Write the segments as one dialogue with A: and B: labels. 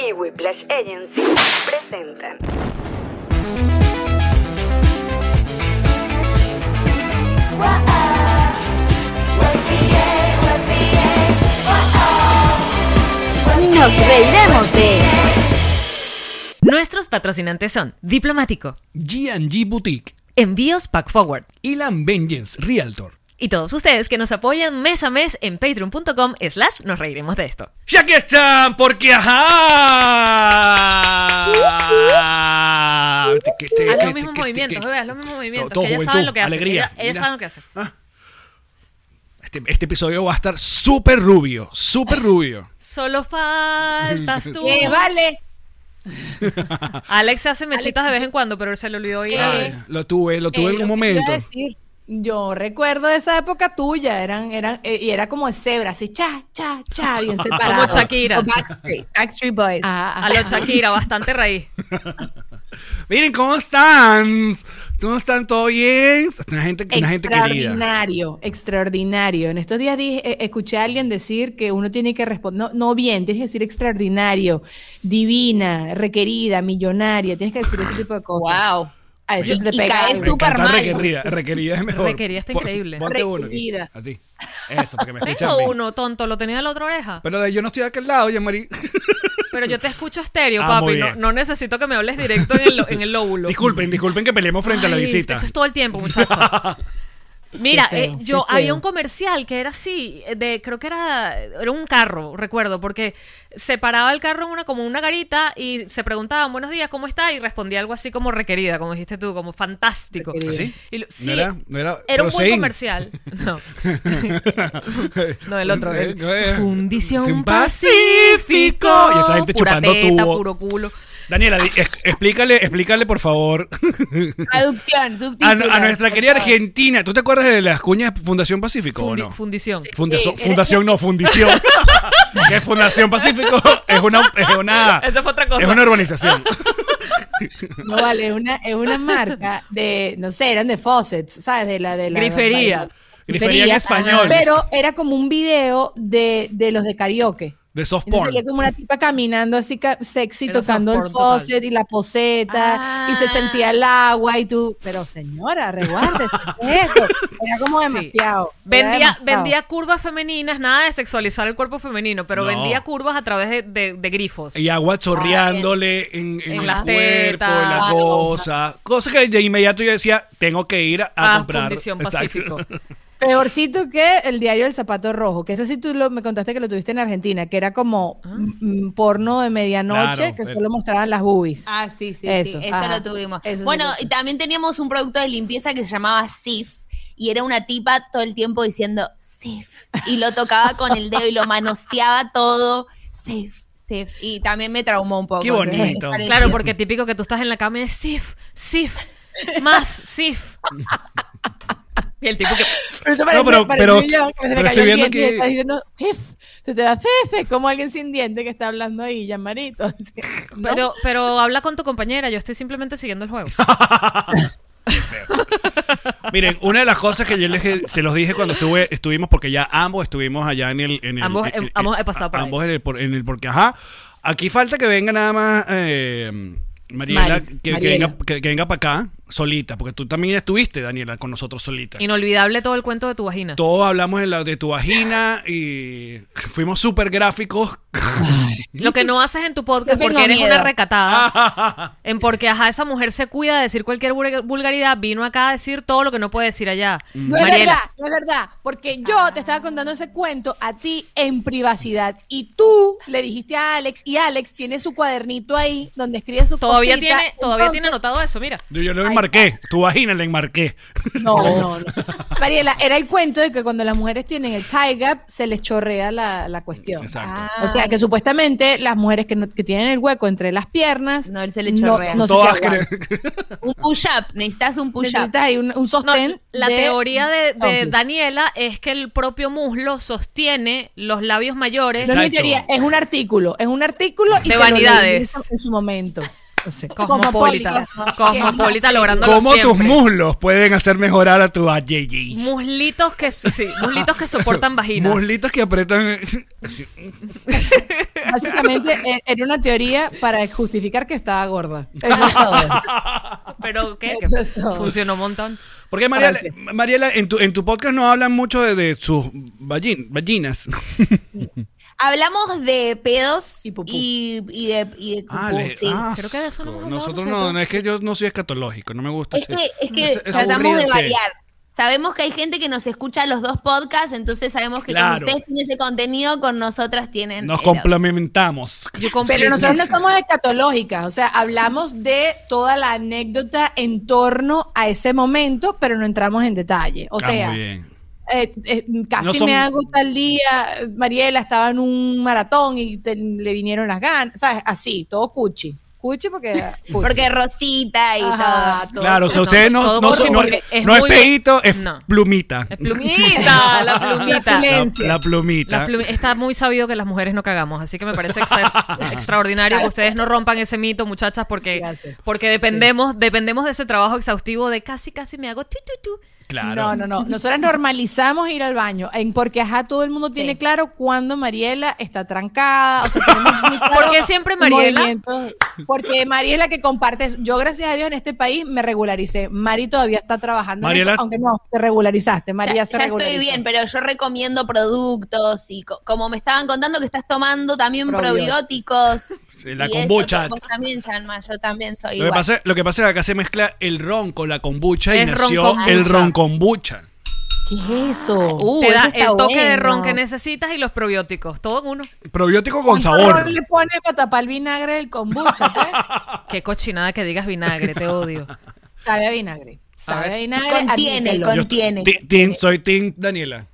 A: y Whiplash Agency presentan
B: Nos reiremos de esto. Nuestros patrocinantes son Diplomático,
C: G&G Boutique,
B: Envíos Pack Forward
C: Elan Vengeance Realtor.
B: y todos ustedes que nos apoyan mes a mes en patreon.com slash nos reiremos de esto.
C: ¡Y aquí están! ¡Porque ajá!
B: Uh-huh. Haz los mismos movimientos, bebé, haz los mismos movimientos.
C: todo
B: que ellas saben
C: juventud,
B: lo que hacen.
C: alegría,
B: Ellas, ellas
C: mira.
B: saben lo que hacen.
C: Este, este episodio va a estar súper rubio, súper rubio.
B: Solo faltas tú.
D: Que vale.
B: Alex hace mechitas de vez en cuando, pero se le olvidó ir a
C: Ay, lo tuve, lo tuve
D: Eh,
C: en
D: lo que
C: un momento.
D: iba a decir, Yo recuerdo esa época tuya, eran, eran, eh, y era como de cebra, así cha, cha, cha, bien separado.
B: Como Shakira.
D: O Backstreet.
E: Backstreet, Backstreet Boys.
D: Ah,
B: a lo Shakira, bastante raíz.
C: Miren, ¿cómo están? ¿Cómo están? ¿Todo bien? Una gente, una gente querida.
D: extraordinario, extraordinario. En estos días dije, eh, escuché a alguien decir que uno tiene que responder, no, no bien, tienes que decir extraordinario, divina, requerida, millonaria, tienes que decir ese tipo de cosas.
E: wow.
D: A eso
E: Y-
D: te pega
E: y cae
D: algo.
C: Me encanta
E: Super Mario.
C: requerida, requerida es mejor.
B: Requerida está
C: Pon-
B: increíble.
C: Ponte uno aquí,
D: Requerida.
C: así. Eso, porque me escuchan.
B: Tengo
C: bien.
B: uno, tonto, lo tenía en la otra oreja.
C: Pero de- yo no estoy de aquel lado, ya Marí.
B: Pero yo te escucho estéreo,
C: Ah, muy
B: papi. No,
C: bien.
B: no necesito que me hables directo en el, lo- en el lóbulo.
C: Disculpen, disculpen que peleemos frente a la
B: Ay,
C: visita.
B: Esto es todo el tiempo, muchachos. Mira,
D: Qué feo,
B: eh, yo
D: qué
B: había
D: feo.
B: un comercial que era así, eh, de creo que era era un carro, recuerdo, porque se paraba el carro en una como una garita y se preguntaban "Buenos días, ¿cómo está?" y respondía algo así como requerida, como dijiste tú, como fantástico.
D: Requerida.
C: ¿Así?
B: Y lo- sí,
C: ¿Ah, No era, no era,
B: era un buen
C: Prosein.
B: comercial. No. No, el otro. el-
C: Eh, eh,
B: Fundición
C: Sin
B: Pacífico.
C: Y esa gente
B: Pura
C: chupando
B: teta,
C: tubo.
B: puro culo.
C: Daniela, di- ex- explícale, explícale por favor
E: Traducción,
C: a,
E: subtítulos.
C: a nuestra querida Argentina. ¿Tú te acuerdas de las cuñas de Fundación Pacífico
B: Fundi-
C: o no?
B: Fundición.
C: Fundación,
B: este
C: fundación no, fundición. que Fundación Pacífico es una, es una,
B: Esa fue otra cosa.
C: es una urbanización.
D: No vale, es una, es una marca de, no sé, eran de faucets, ¿sabes? De la de la
B: Grifería.
C: Grifería en español.
D: Pero era como un video de, de los de karaoke.
C: De soft
D: Entonces
C: porn.
D: sería como una tipa caminando así ca- sexy,
B: Era
D: tocando
B: soft
D: el
B: porn total.
D: faucet y la poseta, y se
E: Ah.
D: sentía el agua y tú, pero señora, reguárdese, ¿qué es esto? Era como
B: Sí.
D: demasiado. era
B: Vendía,
D: demasiado.
B: vendía curvas femeninas, nada de sexualizar el cuerpo femenino, pero
C: No.
B: vendía curvas a través de, de- de grifos.
C: Y agua
D: Ah,
C: chorreándole en, en
B: En
C: el
B: las
C: cuerpo, en la
B: tetas.
C: cosa. Cosa que de inmediato yo decía, tengo que ir a,
B: a
C: comprar.
B: Ah, Fundición
C: Exacto.
B: Pacífico.
D: Peorcito que el diario del zapato rojo, que ese sí tú lo- me contaste que lo tuviste en Argentina, que era como mm, porno de medianoche
C: Ah. Claro,
D: que
C: pero-
D: solo mostraban las boobies.
E: Ah, sí, sí,
D: Eso,
E: sí. Eso
D: ajá.
E: lo tuvimos.
D: Eso sí
E: bueno,
D: lo tuvimos.
E: y también teníamos un producto de limpieza que se llamaba Sif. Y era una tipa todo el tiempo diciendo Sif. Y lo tocaba con el dedo y lo manoseaba todo. Sif, Sif. Y también me traumó un poco.
C: Qué bonito.
E: Entonces,
B: Claro, porque típico que tú estás en la cama y es sif, sif, más sif. Y el tipo que.
D: Pero eso
C: No, pero-
D: parece, parece
C: pero-
D: yo, que se me
C: pero
D: cayó
C: estoy
D: el
C: viendo
D: diente y
C: que-
D: estás diciendo, "Jef", se te da fefe, como alguien sin diente que está hablando ahí, llamarito. Así, ¿no?
B: Pero, pero habla con tu compañera, yo estoy simplemente siguiendo el juego.
C: Miren, una de las cosas que yo les, se los dije cuando estuve, estuvimos, porque ya ambos estuvimos allá en el. en el-
B: Ambos-
C: en- en-
B: ambos he pasado por ahí.
C: Ambos en el, por- en el porque, ajá. Aquí falta que venga nada más eh, Mariela,
D: Mari-
C: que- que,
D: Mariela.
C: venga, que, que venga para acá solita, porque tú también estuviste, Daniela, con nosotros solita.
B: Inolvidable todo el cuento de tu vagina.
C: Todos hablamos de, la, de tu vagina y fuimos súper gráficos.
B: Lo que no haces en tu podcast
E: Yo tengo
B: porque eres
E: miedo.
B: una recatada. en porque, ajá, esa mujer se cuida de decir cualquier vulga- vulgaridad, vino acá a decir todo lo que no puede decir allá.
D: No es verdad, no es verdad, porque yo te estaba contando ese cuento a ti en privacidad y tú le dijiste a Alex y Alex tiene su cuadernito ahí donde escribe su
B: Todavía
D: cosita.
B: tiene, todavía tiene
D: Entonces-
B: anotado eso, mira.
C: Yo, yo lo enmarqué, tu vagina la enmarqué.
D: No, no, no. Mariela, era el cuento de que cuando las mujeres tienen el tie gap se les chorrea la, la cuestión.
E: Ah.
C: Exacto.
D: O sea que supuestamente las mujeres que, no- que tienen el hueco entre las piernas
E: No, él se le
D: no,
E: chorrea.
D: no se
C: Todas
D: queda
C: cre-
E: Un push-up, necesitas un push-up.
D: Necesitas ahí un, un
B: No,
D: sostén.
B: la
D: de-
B: teoría de, de
D: Entonces,
B: Daniela es que el propio muslo sostiene los labios mayores.
D: No es mi
C: Exacto.
D: teoría, es un artículo. Es un artículo y
B: De
D: te lo
B: vanidades.
D: leí En su momento. O sea,
B: Cosmopolita.
D: cosmopolita.
B: Cosmopolita lográndolo
C: ¿Cómo tus
B: siempre.
C: muslos pueden hacer mejorar a tu vagina?
B: Muslitos que, sí, muslitos que soportan vaginas.
C: Muslitos que apretan.
D: Básicamente e- era una teoría para justificar que estaba gorda. Eso es todo.
B: Pero ¿qué?
D: Eso es todo.
B: funcionó un montón.
C: Porque Mariela,
D: Gracias.
C: Mariela en, tu, en tu podcast no hablan mucho de, de sus vagin- vaginas.
E: Hablamos de pedos
D: Y
E: y,
D: pupú.
E: y de, y de
C: Ah,
E: pupú,
C: le-
E: sí.
C: ah,
B: Creo que de eso no hemos hablado,
C: Nosotros
B: no sé,
C: no,
B: tú.
C: no, es que yo no soy escatológico, no me gusta.
E: Es
C: ese-
E: que, es que
C: ese- ese
E: tratamos
C: aburrido,
E: de
C: sí.
E: variar. Sabemos que hay gente que nos escucha los dos podcasts, entonces sabemos que
C: Claro.
E: cuando ustedes tienen ese contenido, con nosotras tienen.
C: Nos
E: el otro.
C: complementamos.
B: Yo compré-
D: Pero nosotros no somos escatológicas, o sea, hablamos de toda la anécdota en torno a ese momento, pero no entramos en detalle. O
C: Ah,
D: sea,
C: muy bien.
D: eh, eh, casi
C: No son-
D: me hago tal día, eh, Mariela estaba en un maratón y te- le vinieron las ganas, ¿sabes? Así, todo cuchi. Cuchi porque... cuchi.
E: Porque Rosita y
D: Ajá, todo
C: Claro, o sea,
B: no,
C: ustedes no,
B: todo
C: no,
B: corto,
C: si no-
B: porque es
C: no es
B: muy-
C: peito, es
B: no.
C: plumita.
B: Es plumita, la plumita.
C: La,
D: Silencio.
C: la plumita.
B: La plumi- está muy sabido que las mujeres no cagamos, así que me parece exa- extraordinario que ustedes no rompan ese mito, muchachas, porque,
D: Gracias.
B: porque dependemos, dependemos de ese trabajo exhaustivo de casi casi me hago tu, tu, tu.
C: Claro.
D: No, no, no. Nosotras normalizamos ir al baño, en porque ajá, todo el mundo tiene claro cuándo Mariela está trancada. O sea, tenemos muy claro
B: ¿Por qué siempre Mariela?
D: movimientos. Porque Mariela que comparte. Yo, gracias a Dios, en este país me regularicé. Mari todavía está trabajando. en
C: Mariela-
D: eso, aunque no, te regularizaste.
E: Ya,
D: María se
E: ya
D: regularizó.
E: estoy bien, pero yo recomiendo productos y co- como me estaban contando que estás tomando también
D: Probióticos.
E: probióticos.
C: Sí, la
E: y eso
C: kombucha.
E: que vos también, Yanma, yo también soy
C: Lo que,
E: igual.
C: pasa, lo que pasa es que acá se mezcla el ron con la kombucha y
B: Es
C: nació
B: roncombucha.
C: el ron kombucha.
D: ¿Qué es eso?
E: Uh,
B: Te da
E: eso
B: el
E: está
B: toque de
E: bueno.
B: ron que necesitas y los probióticos, todo en uno.
C: Probiótico con
D: ¿Cuánto
C: sabor.
D: ron le pone para tapar el vinagre del kombucha? ¿qué?
B: Qué cochinada que digas vinagre, te odio.
D: Sabe a vinagre. Sabe a, vinagre.
E: Contiene,
D: admítelo.
C: Yo-
E: contiene.
C: ti- tin- soy Tim Daniela.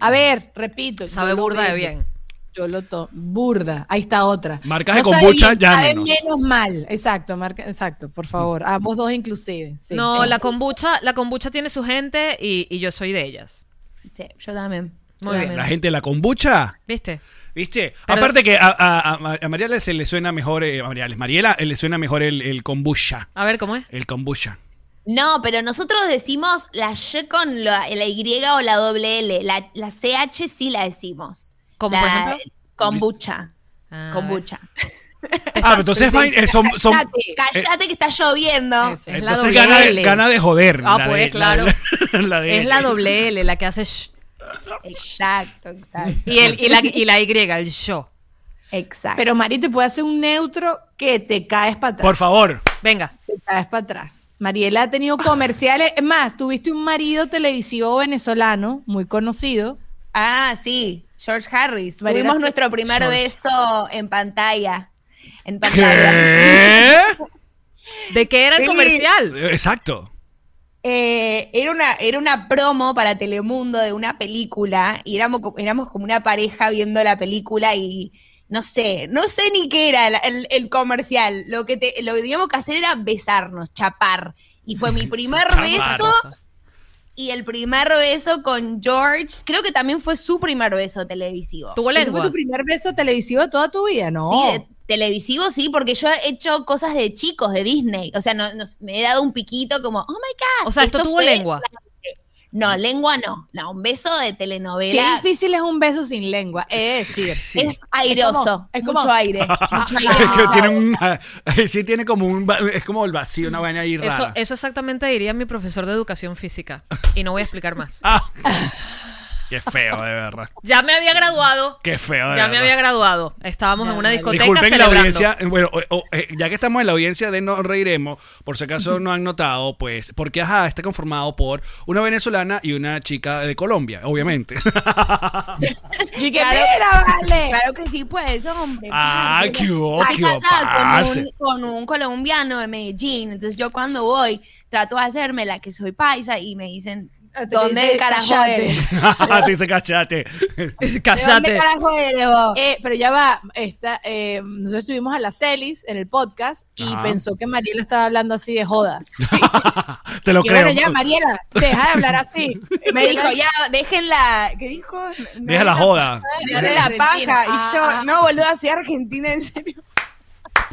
D: A ver, repito. yo
B: Sabe
D: lo
B: burda de
D: vendo.
B: bien.
D: Yo lo tomo. Burda. Ahí está otra.
C: Marcas de
D: sabe
C: kombucha,
D: bien, sabe
C: llámenos.
D: menos mal. Exacto, marca, exacto, por favor. Ambos dos inclusive. sí.
B: no,
D: Eh,
B: la kombucha, la kombucha tiene su gente y, y yo soy de ellas.
E: Sí, yo también.
B: Muy
E: Yo
B: bien.
C: La
E: también.
C: gente de la kombucha.
B: ¿Viste?
C: ¿Viste?
B: Pero-
C: Aparte que a, a, a- a Mariela se le suena mejor, eh, a Mariela, Mariela eh, le suena mejor el, el kombucha.
B: A ver, ¿cómo es?
C: El kombucha.
E: No, pero nosotros decimos la Y con la, la Y o la doble L. La, la CH sí la decimos.
B: ¿Cómo,
E: la,
B: por ejemplo?
E: Kombucha.
B: Ah,
E: kombucha.
C: Ah, pero entonces vain- eh, son, son-
E: Cállate que está lloviendo.
B: ves. Es la
C: entonces
B: doble
C: gana, de-
B: L.
C: gana de joder.
B: Ah,
C: la
B: pues,
C: de-
B: claro.
C: La de, la de-
B: Es la doble L, la que hace sh.
E: Exacto, exacto.
B: Y, el, y, la, y la Y, el yo.
E: Exacto.
D: Pero Mari te puede hacer un neutro que te caes para atrás.
C: Por favor.
B: Venga.
D: Te caes para atrás. Mariela ha tenido comerciales. Es más, tuviste un marido televisivo venezolano muy conocido.
E: ah, sí, George Harris.
D: Mariana-
E: Tuvimos nuestro primer
D: George.
E: beso en pantalla. En pantalla.
C: ¿Qué?
B: ¿De qué era el
E: Sí.
B: comercial?
C: Exacto.
E: Eh, era, una, era una promo para Telemundo de una película y éramos, co- éramos como una pareja viendo la película y no sé, no sé ni qué era la- el, el comercial. Lo que, te- lo que teníamos que hacer era besarnos, chapar. Y fue mi primer
C: Chapar.
E: beso y el primer beso con George. Creo que también fue su primer beso televisivo.
B: Tuvo
D: ¿Ese fue
B: lengua.
D: tu primer beso televisivo de toda tu vida? No.
E: Sí, de- televisivo sí, porque yo he hecho cosas de chicos de Disney. O sea, no, no- me he dado un piquito como, oh my God.
B: O sea, esto tuvo
E: fue-
B: lengua.
E: No, lengua no. No, un beso
D: Qué
E: de telenovela.
D: difícil es un beso sin lengua, es decir.
E: Es airoso.
D: Es
E: Es
D: como-
E: mucho aire. mucho aire.
C: Es que tiene un, sí tiene como un va- es como el vacío, una vaina ahí
B: Eso,
C: rara.
B: eso exactamente diría mi profesor de educación física. Y no voy a explicar más.
C: Ah, Qué feo, de verdad.
B: Ya me había graduado.
C: Qué feo, de
B: Ya me
C: verdad.
B: había graduado. Estábamos en una
D: vale.
B: discoteca
C: Disculpen la
B: celebrando.
C: audiencia. Bueno, o- o, eh, ya que estamos en la audiencia de No Reiremos, por si acaso no han notado, pues, porque ajá, está conformado por una venezolana y una chica de Colombia, obviamente.
D: Y que,
E: Claro.
D: "Mira, vale".
E: Claro que sí, pues, hombre.
C: Ah,
E: Parce.
C: qué hubo,
E: Estoy
C: qué hubo,
E: casada con un,
C: parce.
E: con un colombiano de Medellín, entonces yo cuando voy trato de hacerme la que soy paisa y me dicen,
D: Hasta que
E: ¿dónde
D: dice,
E: carajo
D: "Cállate".
E: eres?
C: Te dice cachate.
E: ¿De dónde
B: Cállate.
E: carajo eres vos?
D: Eh, pero ya va, esta, eh, nosotros estuvimos a la Celis en el podcast y
C: Ajá.
D: pensó que Mariela estaba hablando así de joda.
C: Te lo
D: Y
C: creo.
D: bueno, ya, Mariela, deja de hablar así.
E: Me dijo, ya, déjenla, ¿qué dijo?
C: Deja la joda.
E: Dejen la Ah, paja. Y yo, no, boludo, soy argentina, en serio.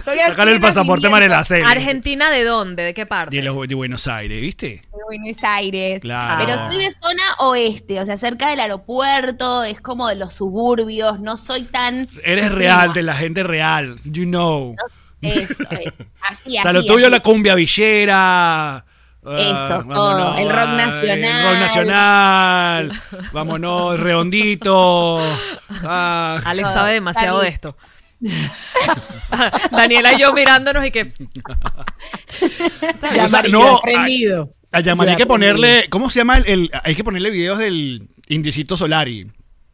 E: Soy
C: Sácale el
E: argentina,
C: pasaporte
E: soy
C: Mariela Cel.
B: ¿Argentina de dónde? ¿De qué parte?
C: De, los- de Buenos Aires, ¿viste?
E: de Buenos Aires.
C: Claro.
E: Pero soy de zona oeste, o sea, cerca del aeropuerto, es como de los suburbios, no soy tan...
C: Eres real, de la gente real. You know.
E: Eso, eh, así,
C: o sea, lo
E: así,
C: tuyo
E: así.
C: la cumbia villera. ah,
E: Eso,
C: vámonos,
E: todo. El rock
C: ah,
E: nacional.
C: El rock nacional. Vámonos, redondito. Ah,
B: Alex sabe demasiado
E: Dani.
B: de esto. Daniela y yo mirándonos y que
D: Ya,
C: O sea,
D: Mariela,
C: no, ah,
D: aprendido.
C: a llamar hay
D: Ya,
C: que ponerle. ¿Cómo se llama? El, el- hay que ponerle videos del Indicito Solari.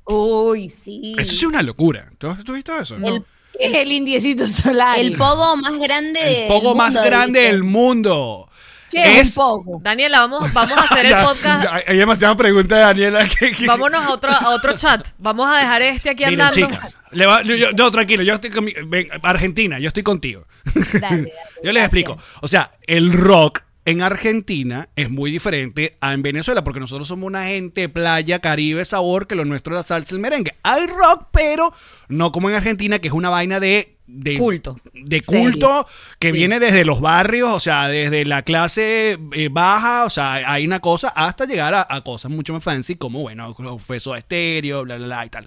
E: Uy, sí.
C: Eso sí es una locura. ¿Tú has tú has visto eso?
E: El,
D: Es el indiecito solar.
E: el pogo más grande
C: El poco
E: del
C: más
E: mundo,
C: grande
E: dice.
C: del mundo. Ah,
D: ¿Qué es un poco?
B: Daniela, vamos, vamos a hacer el
C: Ya,
B: podcast.
C: ya, hay demasiada pregunta de Daniela. que- que-
B: Vámonos a otro, a otro chat. Vamos a dejar este aquí
C: Miren,
B: andando.
C: chicas. le va- yo- no, tranquilo, yo estoy con mi- ven, Argentina, yo estoy contigo.
E: Dale, dale,
C: Yo les explico. O sea, el rock en Argentina es muy diferente a en Venezuela, porque nosotros somos una gente playa, caribe, sabor, que lo nuestro es la salsa, el merengue. Hay rock, pero no como en Argentina, que es una vaina de... de-
B: Culto.
C: De
D: Serio.
C: culto que viene desde los barrios, o sea, desde la clase eh, baja, o sea, hay una cosa hasta llegar a, a cosas mucho más fancy como, bueno, confeso estéreo, bla, bla, bla y tal.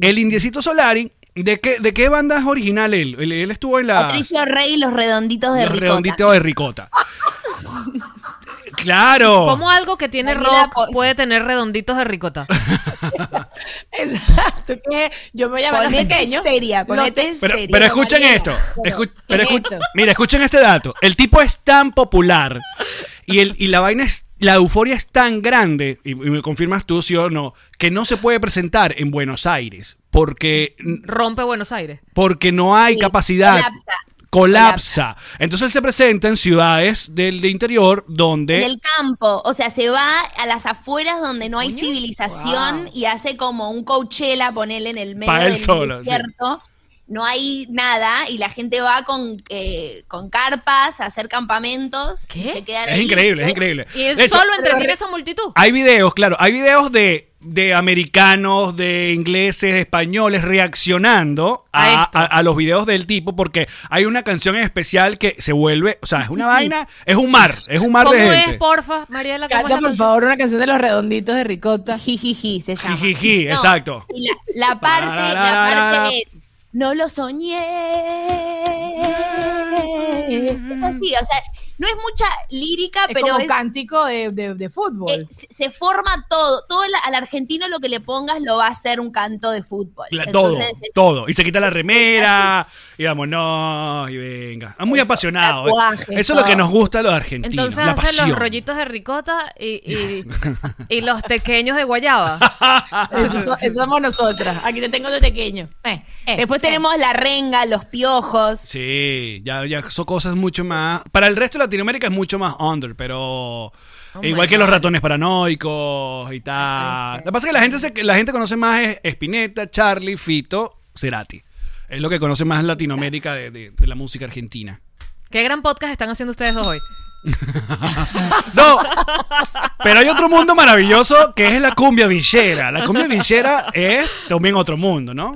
C: El Indiecito Solari, ¿de qué, de qué banda es original él? Él, él estuvo en la...
E: Patricio Rey y los redonditos de
C: Los
E: Ricota.
C: redonditos de ricota. claro.
B: ¿Cómo algo que tiene
E: Daniela,
B: rock
E: po-
B: puede tener redonditos de ricota?
D: Exacto, que yo me llamo a los
E: Ponete
D: pequeños.
E: seria, ponete
D: Los-
C: Pero,
E: seria.
C: pero escuchen
D: Mariela.
C: esto.
D: Bueno,
C: escu- pero escu-
D: esto.
C: mira, escuchen este dato. El tipo es tan popular y, el, y la vaina es. La euforia es tan grande, y, y me confirmas tú, sí o no, que no se puede presentar en Buenos Aires porque,
B: Rompe Buenos Aires.
C: porque no hay
E: Sí,
C: capacidad.
E: colapsa.
C: Colapsa. Entonces él se presenta en ciudades del interior donde.
E: Del campo, o sea, se va a las afueras donde no hay civilización y hace como un Coachella, ponele en el medio
C: Pa' él
E: del
C: solo, sí.
E: desierto. No hay nada y la gente va con, eh, con carpas a hacer campamentos. y
B: ¿Qué?
E: se quedan
C: es
E: ahí.
C: increíble, es increíble.
B: Y él
C: De hecho,
B: solo entretiene a esa multitud.
C: Hay videos, claro, hay videos de, de americanos, de ingleses, de españoles reaccionando
B: A
C: a,
B: esto.
C: a- a los videos del tipo porque hay una canción en especial que se vuelve, o sea, es una vaina, es un mar, es un mar
B: ¿Cómo
C: de
B: es,
C: gente.
B: porfa, Mariela? ¿cómo
D: Canta,
B: es la
D: por
B: canción?
D: favor, una canción de los redonditos de ricota.
E: Jijiji se llama.
C: Jijiji,
E: No,
C: exacto.
E: y La, la parte,
C: La, la,
E: la
C: la, la, la.
E: parte es, no lo soñé. Es así, o sea, no es mucha lírica,
D: Es
E: pero
D: como
E: es-
D: cántico de, de- de fútbol.
E: eh, se se forma todo. Todo la- al argentino lo que le pongas lo va a hacer un canto de fútbol.
C: La- todo,
E: Entonces,
B: eh,
E: es
C: todo. Y se quita la remera, y vámonos, y venga. Ah, Muy apasionado. eh.
E: Tatuajes,
C: Eso es lo que
E: todo.
C: nos gusta a los argentinos.
B: Entonces
C: la
B: hacen
C: pasión.
B: los rollitos de ricota y, y, y los pequeños de guayaba.
D: Eso, so- eso somos nosotras. Aquí te tengo de pequeño. Eh, eh,
E: Después
D: eh.
E: tenemos la renga, los piojos.
C: Sí, ya, ya son cosas mucho más. Para el resto de Latinoamérica es mucho más under, pero.
B: Oh
C: igual que los ratones paranoicos y tal. Lo que pasa es que la gente, se- la gente conoce más es Spinetta, Charlie, Fito, Cerati. Es lo que conoce más Latinoamérica de, de- de la música argentina.
B: Qué gran podcast están haciendo ustedes dos hoy.
C: No, pero hay otro mundo maravilloso que es la cumbia villera. La cumbia villera es también otro mundo, ¿no?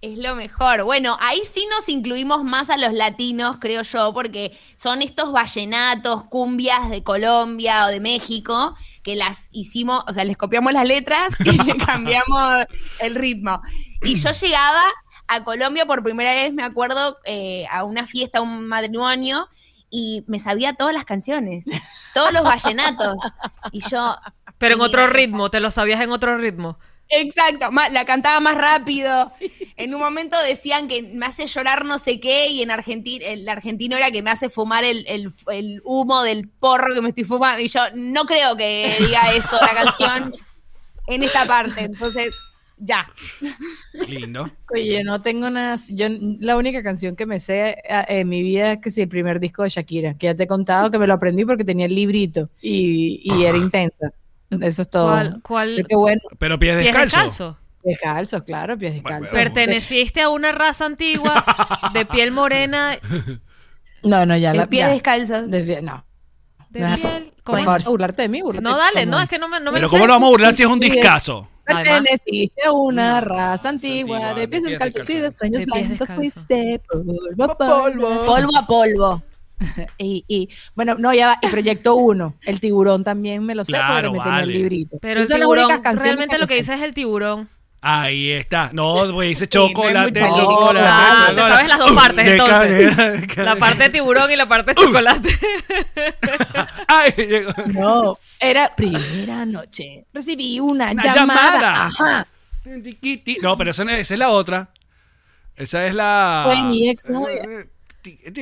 E: Es lo mejor. Bueno, ahí sí nos incluimos más a los latinos, creo yo, porque son estos vallenatos, cumbias de Colombia o de México, que las hicimos, o sea, les copiamos las letras y le cambiamos el ritmo. Y yo llegaba a Colombia por primera vez, me acuerdo, eh, a una fiesta, a un matrimonio, y me sabía todas las canciones, todos los vallenatos. Y yo,
B: Pero en
E: Tenía
B: otro
E: esa.
B: ritmo, te lo sabías en otro ritmo.
E: Exacto, ma- la cantaba más rápido. En un momento decían que me hace llorar no sé qué y en Argentina el argentino era que me hace fumar el, el- el humo del porro que me estoy fumando y yo no creo que diga eso la canción en esta parte, entonces ya.
C: Lindo.
D: Oye, no tengo nada. Yo la única canción que me sé eh, en mi vida es que sí, el primer disco de Shakira, que ya te he contado que me lo aprendí porque tenía el librito y, y era intensa. Eso es todo.
B: ¿Cuál? cuál
D: Pero Qué bueno,
C: Pero pies
B: pies
C: descalzos.
B: descalzos?
D: descalzos, claro, pies
C: Bueno,
D: descalzos.
C: bueno.
B: Perteneciste a una raza antigua de piel morena,
D: No, no, ya la.
E: El pie
D: ya.
E: descalzo.
D: Desvi- no.
B: de
D: No es eso.
B: piel. ¿cómo?
D: Por favor, sin burlarte de mí, burlarte
B: No, dale,
D: como
B: no, es que no me, no me
C: Pero
B: lo sé.
C: ¿cómo lo vamos a burlar si es un discazo?
B: Además.
D: Perteneciste a una raza
C: antigua,
D: antigua de pies
C: mm, de pies
D: descalzos y de
C: descalzos.
D: sueños
B: De pies
D: blancos
B: descalzos.
D: fuiste polvo, a polvo.
E: Polvo a polvo.
D: Y, y, bueno, no, ya va, el proyecto 1, el tiburón también me lo sé
C: Claro,
D: porque me tenía
C: vale.
D: el librito.
B: Pero el
D: Esas son las únicas
B: tiburón,
D: canciones
B: realmente
D: que
B: lo que
D: me
B: dice es el tiburón.
C: Ahí está. No, pues dice chocolate,
D: no hay mucho
C: chocolate.
B: Ah, te
C: chocolate.
B: sabes las dos partes,
C: De
B: entonces.
C: canela, de canela. Uh.
B: La parte de tiburón y la parte de chocolate.
C: Ay, llegó.
D: sé. No, era primera noche. Recibí una,
C: Una
D: llamada.
C: llamada.
D: Ajá.
C: Tiquiti. No, pero esa, no es- esa es la otra. Esa es la. Eh,
D: Fue mi exnovia.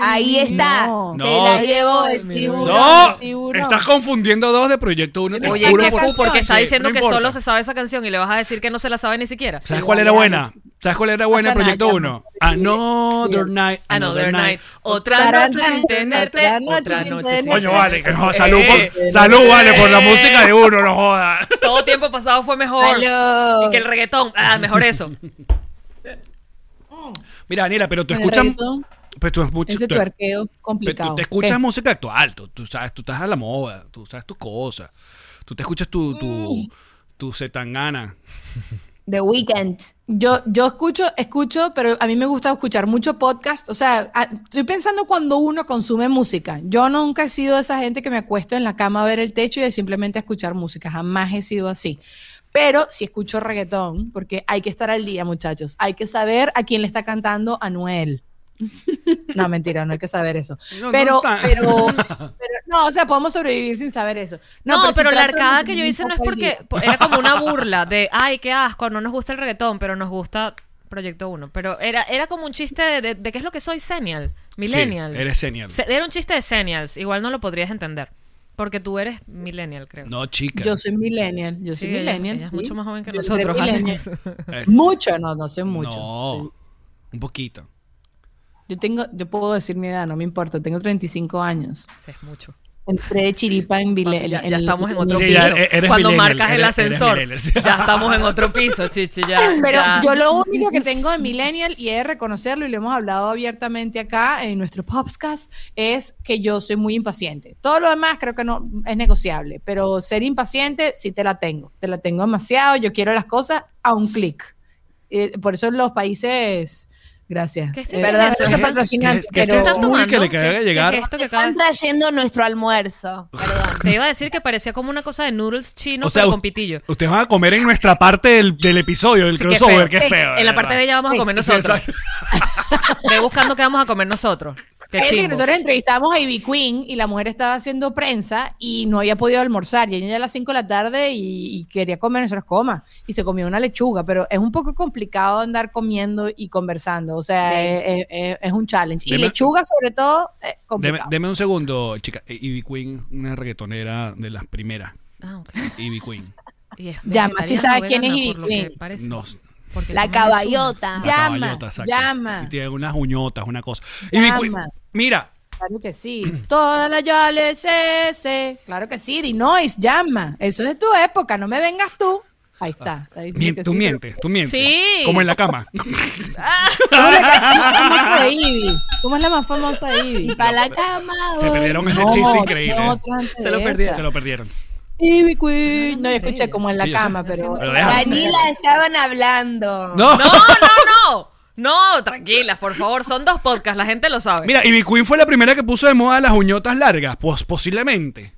E: Ahí está.
D: No.
E: Se
C: No.
E: la llevó el tiburón.
C: No,
D: Tiburón.
C: estás confundiendo dos de Proyecto 1.
B: Oye, qué fu, porque está
C: Sí,
B: diciendo
C: no
B: que
C: importa.
B: solo se sabe esa canción y le vas a decir que no se la sabe ni siquiera.
C: ¿Sabes cuál era buena? ¿Sabes cuál era buena
D: Pasa
C: Proyecto
D: nada,
C: 1? Another Night.
B: Ah, Another night, otra
D: Otra
B: noche
D: noche
B: sin
D: sin
B: tenerte,
D: tenerte,
B: otra
D: otra noche
B: noche
D: sin
B: sin
C: Coño,
D: tenerte.
C: vale, que no,
D: Eh,
C: salud, por,
D: eh,
C: salud, vale, por la
B: eh.
C: música de uno, no joda.
B: Todo tiempo pasado fue mejor
E: Aló.
B: que el reggaetón. Ah, mejor eso.
C: Mira, Daniela, pero tú
D: El
C: escuchas.
D: reggaetón,
C: Pues tú escuchas.
D: Ese
C: tú-
D: tuerqueo
C: pero tú
D: complicado.
C: te escuchas
D: ¿Qué?
C: música actual, tú, tú sabes, tú estás a la moda, tú sabes tus cosas. Tú te escuchas tu.
D: Mm.
C: tu tu setangana.
E: The Weeknd.
D: Yo, yo escucho, escucho, pero a mí me gusta escuchar mucho podcast. O sea, a- estoy pensando cuando uno consume música. Yo nunca he sido esa gente que me acuesto en la cama a ver el techo y simplemente a escuchar música. Jamás he sido así. Pero si escucho reggaetón, porque hay que estar al día, muchachos. Hay que saber a quién le está cantando Anuel. No, mentira, no hay que saber eso.
C: No, no
D: pero,
C: tan-
D: pero, pero- no, o sea, podemos sobrevivir sin saber eso.
B: No,
D: si
B: pero, la
D: trato de
B: arcada que yo
D: mantenerme
B: hice
D: un
B: no es
D: poco al
B: porque
D: día.
B: po- era como una burla de, ay, qué asco, no nos gusta el reggaetón, pero nos gusta Proyecto 1. Pero era, era como un chiste de, de- de qué es lo que soy, Senial, Millennial.
C: Sí, eres senial.
B: Se- Era un chiste de Senials, igual no lo podrías entender, porque tú eres Millennial, creo.
C: No, chica.
D: Yo soy millennial, yo soy
B: Sí, ella-
D: millennial.
B: ella es
D: sí.
B: mucho más joven que
D: Yo soy
B: nosotros,
D: millennial.
B: además.
C: Eh,
D: Mucho, no, no soy mucho.
C: No,
D: sí.
C: un poquito.
D: Yo tengo, yo puedo decir mi edad, no me importa, tengo 35 años.
B: Sí, es mucho.
D: Entré de chiripa en Vile.
B: Papi, ya,
D: en-
B: ya
D: en-
B: estamos en otro
C: Sí,
B: piso.
C: ya e- eres
B: Cuando
C: millennial,
B: marcas el
C: eres- eres
B: ascensor,
C: millennial, sí.
B: ya estamos en otro piso, chichi, ya.
D: Pero
B: ya.
D: yo lo único que tengo de millennial, y es reconocerlo, y lo hemos hablado abiertamente acá en nuestro podcast, es que yo soy muy impaciente. Todo lo demás creo que no es negociable, pero ser impaciente sí te la tengo. Te la tengo demasiado, yo quiero las cosas a un clic. Eh, por eso los países... Gracias.
B: ¿Qué es
D: Eh,
B: verdad,
D: que
B: eso? ¿Qué-
D: patrocinan,
C: qué- qué
D: pero-
C: están tomando? Uy, que le
B: ¿Qué-
C: acaba de
B: qué
C: llegar.
B: es esto que acaba-
E: Están trayendo nuestro almuerzo. Perdón.
B: Te iba a decir que parecía como una cosa de noodles chino,
C: O sea,
B: pero
C: us-
B: con pitillo.
C: Ustedes van a comer en nuestra parte del, del episodio, del
B: Sí, qué
C: crossover, que
B: feo.
C: es feo.
B: En la parte de ella vamos a comer
C: Sí,
B: nosotros. Ve buscando qué vamos a comer nosotros. Qué
D: Fíjate que
B: chimbo.
D: nosotros entrevistamos a Ivy Queen y la mujer estaba haciendo prensa y no había podido almorzar. Y ella ya a las 5 de la tarde y, y quería comer nosotros coma. Y se comió una lechuga, pero es un poco complicado andar comiendo y conversando. O sea, es, es- es un challenge.
C: Deme-
D: y lechuga, sobre todo, es
C: Deme,
D: complicado.
C: deme un segundo, chica. Eh, Ivy Queen, una reggaetonera de las primeras.
B: Ah, ok.
C: Ivy Queen.
B: Y es
D: Ya, más si
B: vegetariana
D: sabes
B: o
D: quién es
B: vegana,
D: Ivy
B: por lo que
D: Queen.
B: parece.
C: No.
B: Porque
E: La
B: come
E: caballota.
C: la
D: Llama,
C: caballota, exacto.
D: llama.
C: Y tiene unas uñotas, una cosa. Ivy Queen.
D: Llama.
C: Mira,
D: Claro que sí. Toda la ya le sé, sé. Claro que sí. Dinois, llama. Eso es de tu época. No me vengas tú. Ahí está. está diciendo
C: mien-
D: que
C: tú
D: sí, pero-
C: mientes, tú mientes.
B: Sí.
C: Como en la cama.
D: ¿Cómo es la más famosa de Ivy? ¿Cómo es la más famosa de Ivy?
E: Y para la cama.
C: Se
E: voy.
C: perdieron ese
D: No,
C: chiste
D: no,
C: increíble.
D: otra antes
C: se lo
D: de
C: perdieron.
D: esa.
C: Se lo perdieron.
D: Ivy Queen. No, yo
B: increíble.
D: escuché como en la
C: Sí, yo sé.
D: cama, pero.
C: Pero déjame.
E: Daniela estaban hablando.
B: No,
C: No.
B: no, no. No, tranquilas, por favor. Son dos podcasts, la gente lo sabe.
C: Mira, Ivy Queen fue la primera que puso de moda las uñotas largas, pues posiblemente.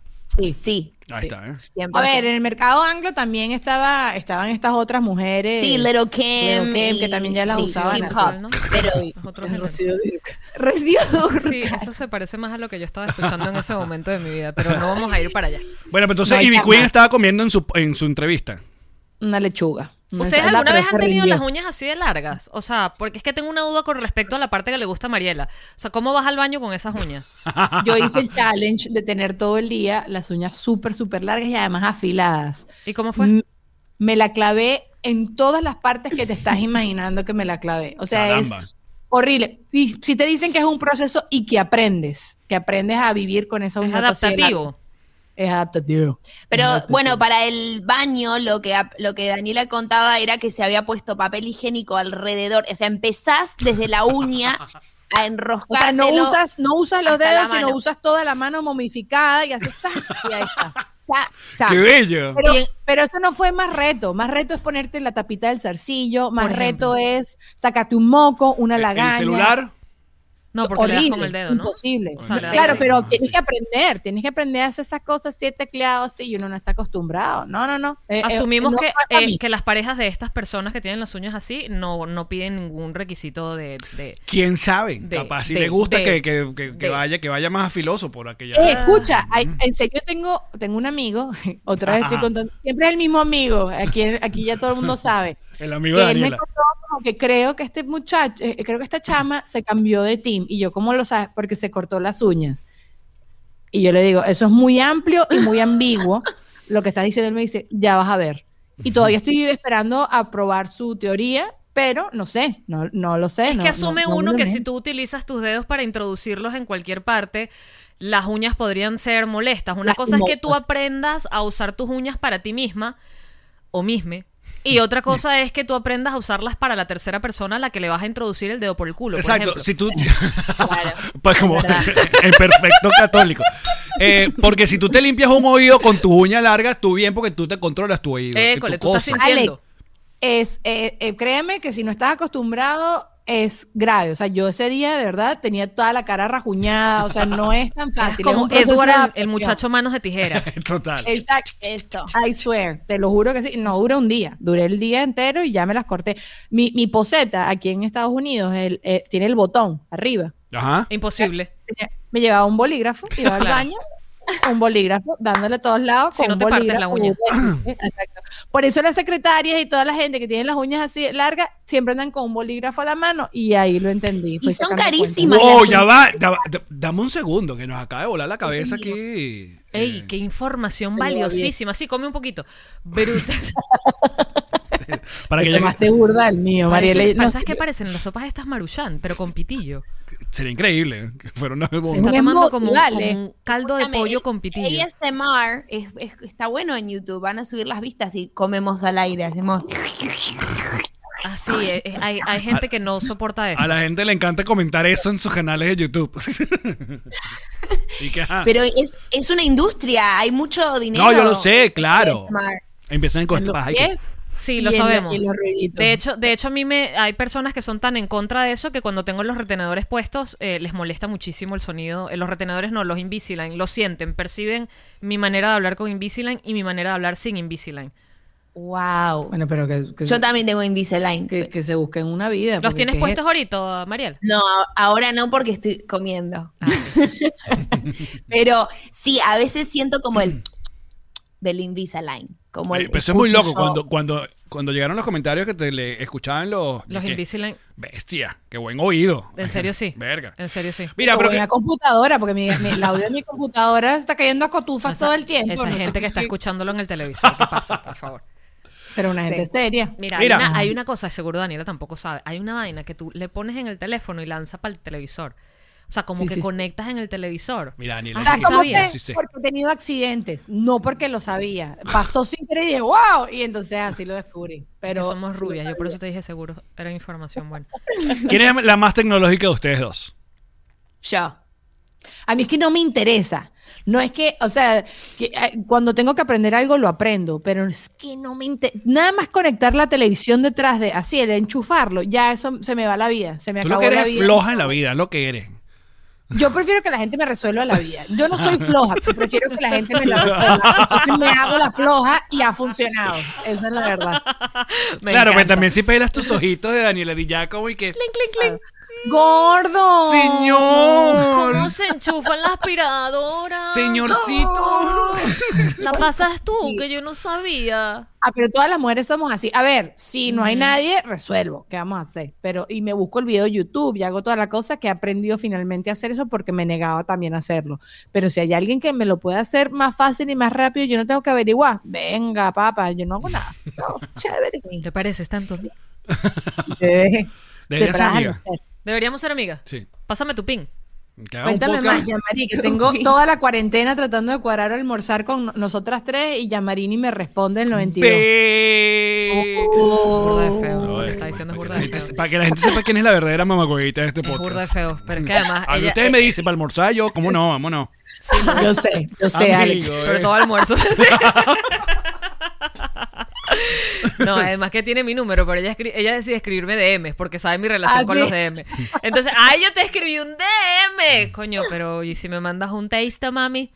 E: Sí.
C: Ahí está, ¿eh?
D: A ver, en el mercado anglo también estaba, estaban estas otras mujeres.
E: Sí, Little Kim.
D: Little Kim, que
E: y-
D: también ya las
E: sí,
D: usaban
E: Hip
D: así.
E: hop.
B: ¿no?
E: Pero
B: Otro
D: En
B: género.
D: Rocío Durca.
E: Rocío Durcal.
B: Sí, eso se parece más a lo que yo estaba escuchando en ese momento de mi vida, pero no vamos a ir para allá.
C: Bueno, pero entonces
D: No hay
C: Ivy
D: chamba.
C: Queen estaba comiendo en su, en su entrevista.
D: Una lechuga. una
B: ¿Ustedes
D: ensalada,
B: alguna
D: pero
B: vez
D: eso
B: han tenido
D: rindió.
B: las uñas así de largas? O sea, porque es que tengo una duda con respecto a la parte que le gusta a Mariela. O sea, ¿cómo vas al baño con esas uñas?
D: Yo hice el challenge de tener todo el día las uñas súper, súper largas y además afiladas.
B: ¿Y cómo fue?
D: M- Me la clavé en todas las partes que te estás imaginando que me la clavé. O sea,
C: Caramba.
D: es horrible. Si, si te dicen que es un proceso y que aprendes, que aprendes a vivir con esa
B: Es
D: uña cosida larga.
B: adaptativo.
D: Es adaptativo.
E: Pero
D: Es adaptativo.
E: bueno, para el baño lo que, ap- lo que Daniela contaba era que se había puesto papel higiénico alrededor. O sea, empezás desde la uña a
D: O sea,
E: enroscártelo.
D: no usas, no usas los
E: hasta la
D: dedos, sino
E: mano.
D: usas toda la mano momificada y haces ta, y ahí está.
E: sa- sa-
C: ¡Qué bello!
D: Pero,
B: Y en-
D: pero eso no fue más reto. Más reto es ponerte la tapita del zarcillo. Más
B: Por ejemplo.
D: reto es sacarte un moco, una
C: El-
D: lagaña.
C: El celular.
B: No, porque le das con
D: Horrible,
B: el dedo, ¿no?
D: Imposible.
B: O sea, le das
D: claro,
B: así.
D: pero
C: Ah,
D: tienes
C: sí.
D: que aprender. Tienes que aprender a hacer esas cosas así tecleados así y uno no está acostumbrado. No, no, no. Eh, eh,
B: Asumimos
D: no
B: que,
D: es para
B: eh,
D: mí.
B: que las parejas de estas personas que tienen las uñas así no, no piden ningún requisito de... de-
C: ¿Quién sabe?
B: De-
C: Capaz si
B: de-
C: le gusta
B: de-
C: que, que- que- que
B: de.
C: vaya, que vaya más filoso por aquella.
D: Eh,
B: Ah.
D: escucha, hay- en serio tengo, tengo un amigo, otra vez estoy
C: Ajá.
D: contando, siempre es el mismo amigo, aquí, aquí ya todo el mundo sabe.
C: el
D: que
C: amigo de
D: él me
C: Daniela.
D: contó como que creo que este muchacho, eh, creo que esta chama se cambió de team. Y yo, ¿cómo lo sabes? Porque se cortó las uñas. Y yo le digo, eso es muy amplio y muy ambiguo. lo que está diciendo él me dice, ya vas a ver. Y todavía estoy esperando a probar su teoría, pero no sé, no, no lo sé.
B: Es
D: no-
B: que
D: no-
B: asume
D: no me
B: uno
D: lo
B: que
D: imagino.
B: si tú utilizas tus dedos para introducirlos en cualquier parte, las uñas podrían ser molestas. Una cosa es que tú
D: Lastimosas.
B: aprendas a usar tus uñas para ti misma o misme.
D: Mm.
B: Y otra cosa es que tú aprendas a usarlas para la tercera persona a la que le vas a introducir el dedo por el culo. por
C: Exacto,
B: ejemplo.
C: si tú...
E: Claro.
C: pues como en perfecto católico. Eh, porque si tú te limpias un oído con tus uñas largas, tú bien porque tú te controlas tu oído. y
B: École,
C: tu
B: tú estás
C: cosa.
B: sintiendo.
D: Alex, es, eh, eh, créeme que si no estás acostumbrado es grave, o sea, yo ese día de verdad tenía toda la cara rajuñada, o sea, no es tan
B: Eres
D: fácil. es
B: como
D: un proceso de
B: Edward, el- el
D: adaptación.
B: muchacho manos de tijera.
C: Total.
D: Exacto.
E: Eso.
D: I swear, te lo juro que sí. No dura un día, duré el día entero y ya me las corté. Mi, mi poseta aquí en Estados Unidos el- eh, tiene el botón arriba.
C: Ajá.
B: Imposible.
D: Tenía- Me llevaba un bolígrafo, iba al
B: Claro.
D: baño, un bolígrafo, dándole a todos lados.
B: Si
D: con
B: no
D: un
B: te partes
D: bolígrafo.
B: la uña.
D: Exacto. Por eso las secretarias y toda la gente que tiene las uñas así largas siempre andan con un bolígrafo a la mano y ahí lo entendí. Fui
E: son
D: sacando
E: carísimas.
C: Wow,
E: Imagínate.
C: Oh, ya va, ya va. D- Dame un segundo, que nos acaba de volar la cabeza aquí.
B: Ey,
C: Eh,
B: qué información
D: Te lo doy.
B: valiosísima. Sí, come un poquito. Brutal.
C: Para
D: Te
C: que llegue-
D: tomaste burda el mío, Mariela.
B: Parece-
D: No,
B: ¿Sabes qué parecen las sopas estas maruchan, pero con pitillo?
C: Sería increíble. que fuera una
B: Se
C: bomba.
B: está
D: Un
B: tomando
D: emoji,
B: como un,
D: dale.
B: como un caldo de
E: Escúchame, e-
B: pollo
E: el
B: con pitillo.
E: ASMR es- es- está bueno en YouTube. Van a subir las vistas y comemos al aire. Hacemos.
B: Así es, es- hay, hay gente que no soporta eso.
C: A la gente le encanta comentar eso en sus canales de YouTube. y que, ajá.
E: Pero es, es una industria. Hay mucho dinero.
C: no, yo lo sé, claro.
E: ASMR.
C: Empiezan con
D: en los
C: estas, ay,
D: pies
C: que-
B: Sí,
D: y
B: lo
D: en la-
B: sabemos.
D: y los ruiditos.
B: De hecho, de hecho a mí me hay personas que son tan en contra de eso que cuando tengo los retenedores puestos eh, les molesta muchísimo el sonido. Eh, los retenedores no, los Invisalign, lo sienten, perciben mi manera de hablar con Invisalign y mi manera de hablar sin Invisalign.
E: Wow.
D: Bueno, pero que, que-
E: Yo también tengo Invisalign.
D: que- que se busquen una vida.
B: ¿Los
D: porque
B: tienes
D: ¿qué es
B: puestos ahorita, Mariel?
E: No, a- ahora no porque estoy comiendo. Pero sí, a veces siento como el del Invisalign. Como el
C: Oye, pero eso es muy
E: escucho
C: loco.
E: yo.
C: Cuando, cuando, cuando llegaron los comentarios que te le escuchaban los.
B: Los
C: que-
B: Invisalign,
C: Bestia, qué buen oído.
B: en serio sí.
C: Verga.
B: En serio sí.
C: Mira,
D: Como
C: pero
D: en
C: que-
D: la computadora, porque mi, mi- el audio de mi computadora está cayendo a cotufas
B: Esa-
D: todo el tiempo.
B: Esa
D: no sé
B: gente que
D: por
B: está
D: qué.
B: escuchándolo en el televisor, ¿qué pasa, por favor?
D: Pero una gente seria.
B: Mira,
C: Mira.
B: Hay, una, hay una cosa, seguro Daniela tampoco sabe. Hay una vaina que tú le pones en el teléfono y lanza para el televisor. O sea, como
D: Sí,
B: que
D: sí, sí.
B: conectas en el televisor.
C: Mira, Daniela,
B: Ah,
D: O
C: sí
D: sea,
B: sí
D: ¿cómo
B: sabía.
D: sé?
C: Sí sé.
D: Porque he tenido accidentes, no porque lo sabía. Pasó sin querer y dije, wow, y entonces así lo descubrí.
B: Pero
D: Pero
B: somos
D: sí lo
B: rubias, yo por
D: sabía.
B: eso te dije seguro, era información buena.
C: ¿quién es la más tecnológica de ustedes dos?
E: Yo.
D: A mí es que no me interesa. No es que, o sea, que, eh, cuando tengo que aprender algo lo aprendo, pero es que no me interesa. Nada más conectar la televisión detrás de, así, el enchufarlo, ya eso se me va la vida, se me
C: Tú lo
D: acabó
C: que
D: la
C: eres es
D: vida.
C: floja en la vida, es lo que eres.
D: Yo prefiero que la gente me resuelva la vida. Yo no soy floja, pero prefiero que la gente me la resuelva. Entonces me hago la floja y ha funcionado. Esa es la verdad.
B: Me
C: claro, pero
B: encanta.
C: también si pelas tus ojitos de Daniela Di Giacomo y que.
B: ¿Cómo
D: ¡Gordo!
C: ¡Señor!
B: se enchufa en la aspiradora?
C: ¡Señorcito!
B: La pasas tú, que yo no sabía.
D: Ah, pero todas las mujeres somos así. A ver, si no hay nadie, resuelvo. ¿Qué vamos a hacer? Pero, y me busco el video de YouTube y hago toda la cosa que he aprendido finalmente a hacer eso porque me negaba también a hacerlo. Pero si hay alguien que me lo pueda hacer más fácil y más rápido, yo no tengo que averiguar. Venga, papá, yo no hago nada. No, chévere.
B: ¿Te pareces tanto a mí?
D: Eh,
C: Debería ser
D: separada de
C: amiga.
D: mujer.
B: Deberíamos ser amigas.
C: Sí.
B: Pásame tu pin.
C: Que haga un
D: Cuéntame
C: podcast.
D: más, Yamari, que tengo toda la cuarentena tratando de cuadrar almorzar con no- nosotras tres y Yamarini me responde el 92.
C: Pe-
E: Uh,
B: Burda de feo.
C: No,
B: lo que
C: es
B: está diciendo es burda
C: para,
B: de
C: que la gente-
B: feo.
C: para que la gente sepa quién es la verdadera mamagüeyita de este
B: Es burda de
C: podcast.
B: feo. Pero es que además.
C: A mí
B: ella-
C: ustedes
B: eh,
C: me dicen, para almorzar yo, ¿cómo no? Vámonos.
D: Yo sé, yo sé, Alex.
C: Amigo,
B: Sobre
C: eh.
B: todo almuerzo. Sí. no, además que tiene mi número, pero ella, escri- ella decide escribirme DMs porque sabe mi relación
D: Ah,
B: con
D: ¿sí?
B: los DM. Entonces, ay, yo te escribí un DM. Coño, pero ¿y si me mandas un texto, mami?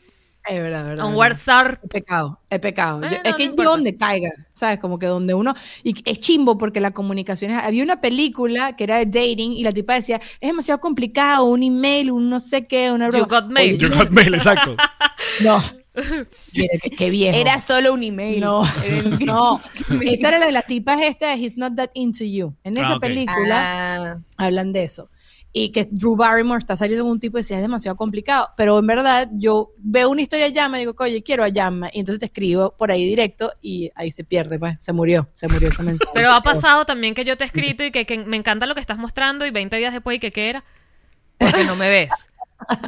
D: Es verdad, verdad.
B: Un
D: verdad.
B: WhatsApp.
D: He pecado, he pecado. Yo-
B: Bueno,
D: es
B: Ah, no
D: que
B: importa.
D: yo donde caiga, ¿sabes? Como que donde uno. Y es chimbo porque la comunicación. es- Había una película que era de dating y la tipa decía: es demasiado complicado, un email, un no sé qué, una
B: You
D: broma.
B: got mail.
C: You got mail, exacto.
D: No. Mira, qué, qué viejo.
E: Era solo un email.
D: No,
E: Era el-
D: no. Esta era la de las tipas esta de He's Not That Into You. En esa
C: Ah, ok.
D: película
E: Ah,
D: hablan de eso. Y que Drew Barrymore está saliendo con un tipo y decía, es demasiado complicado. Pero en verdad, yo veo una historia de Llama y digo, oye, quiero a Llama. Y entonces te escribo por ahí directo y ahí se pierde, pues. Se murió, se murió ese mensaje.
B: Pero ha pasado también que yo te he escrito y que, que me encanta lo que estás mostrando y 20 días después y que qué era. Porque no me ves.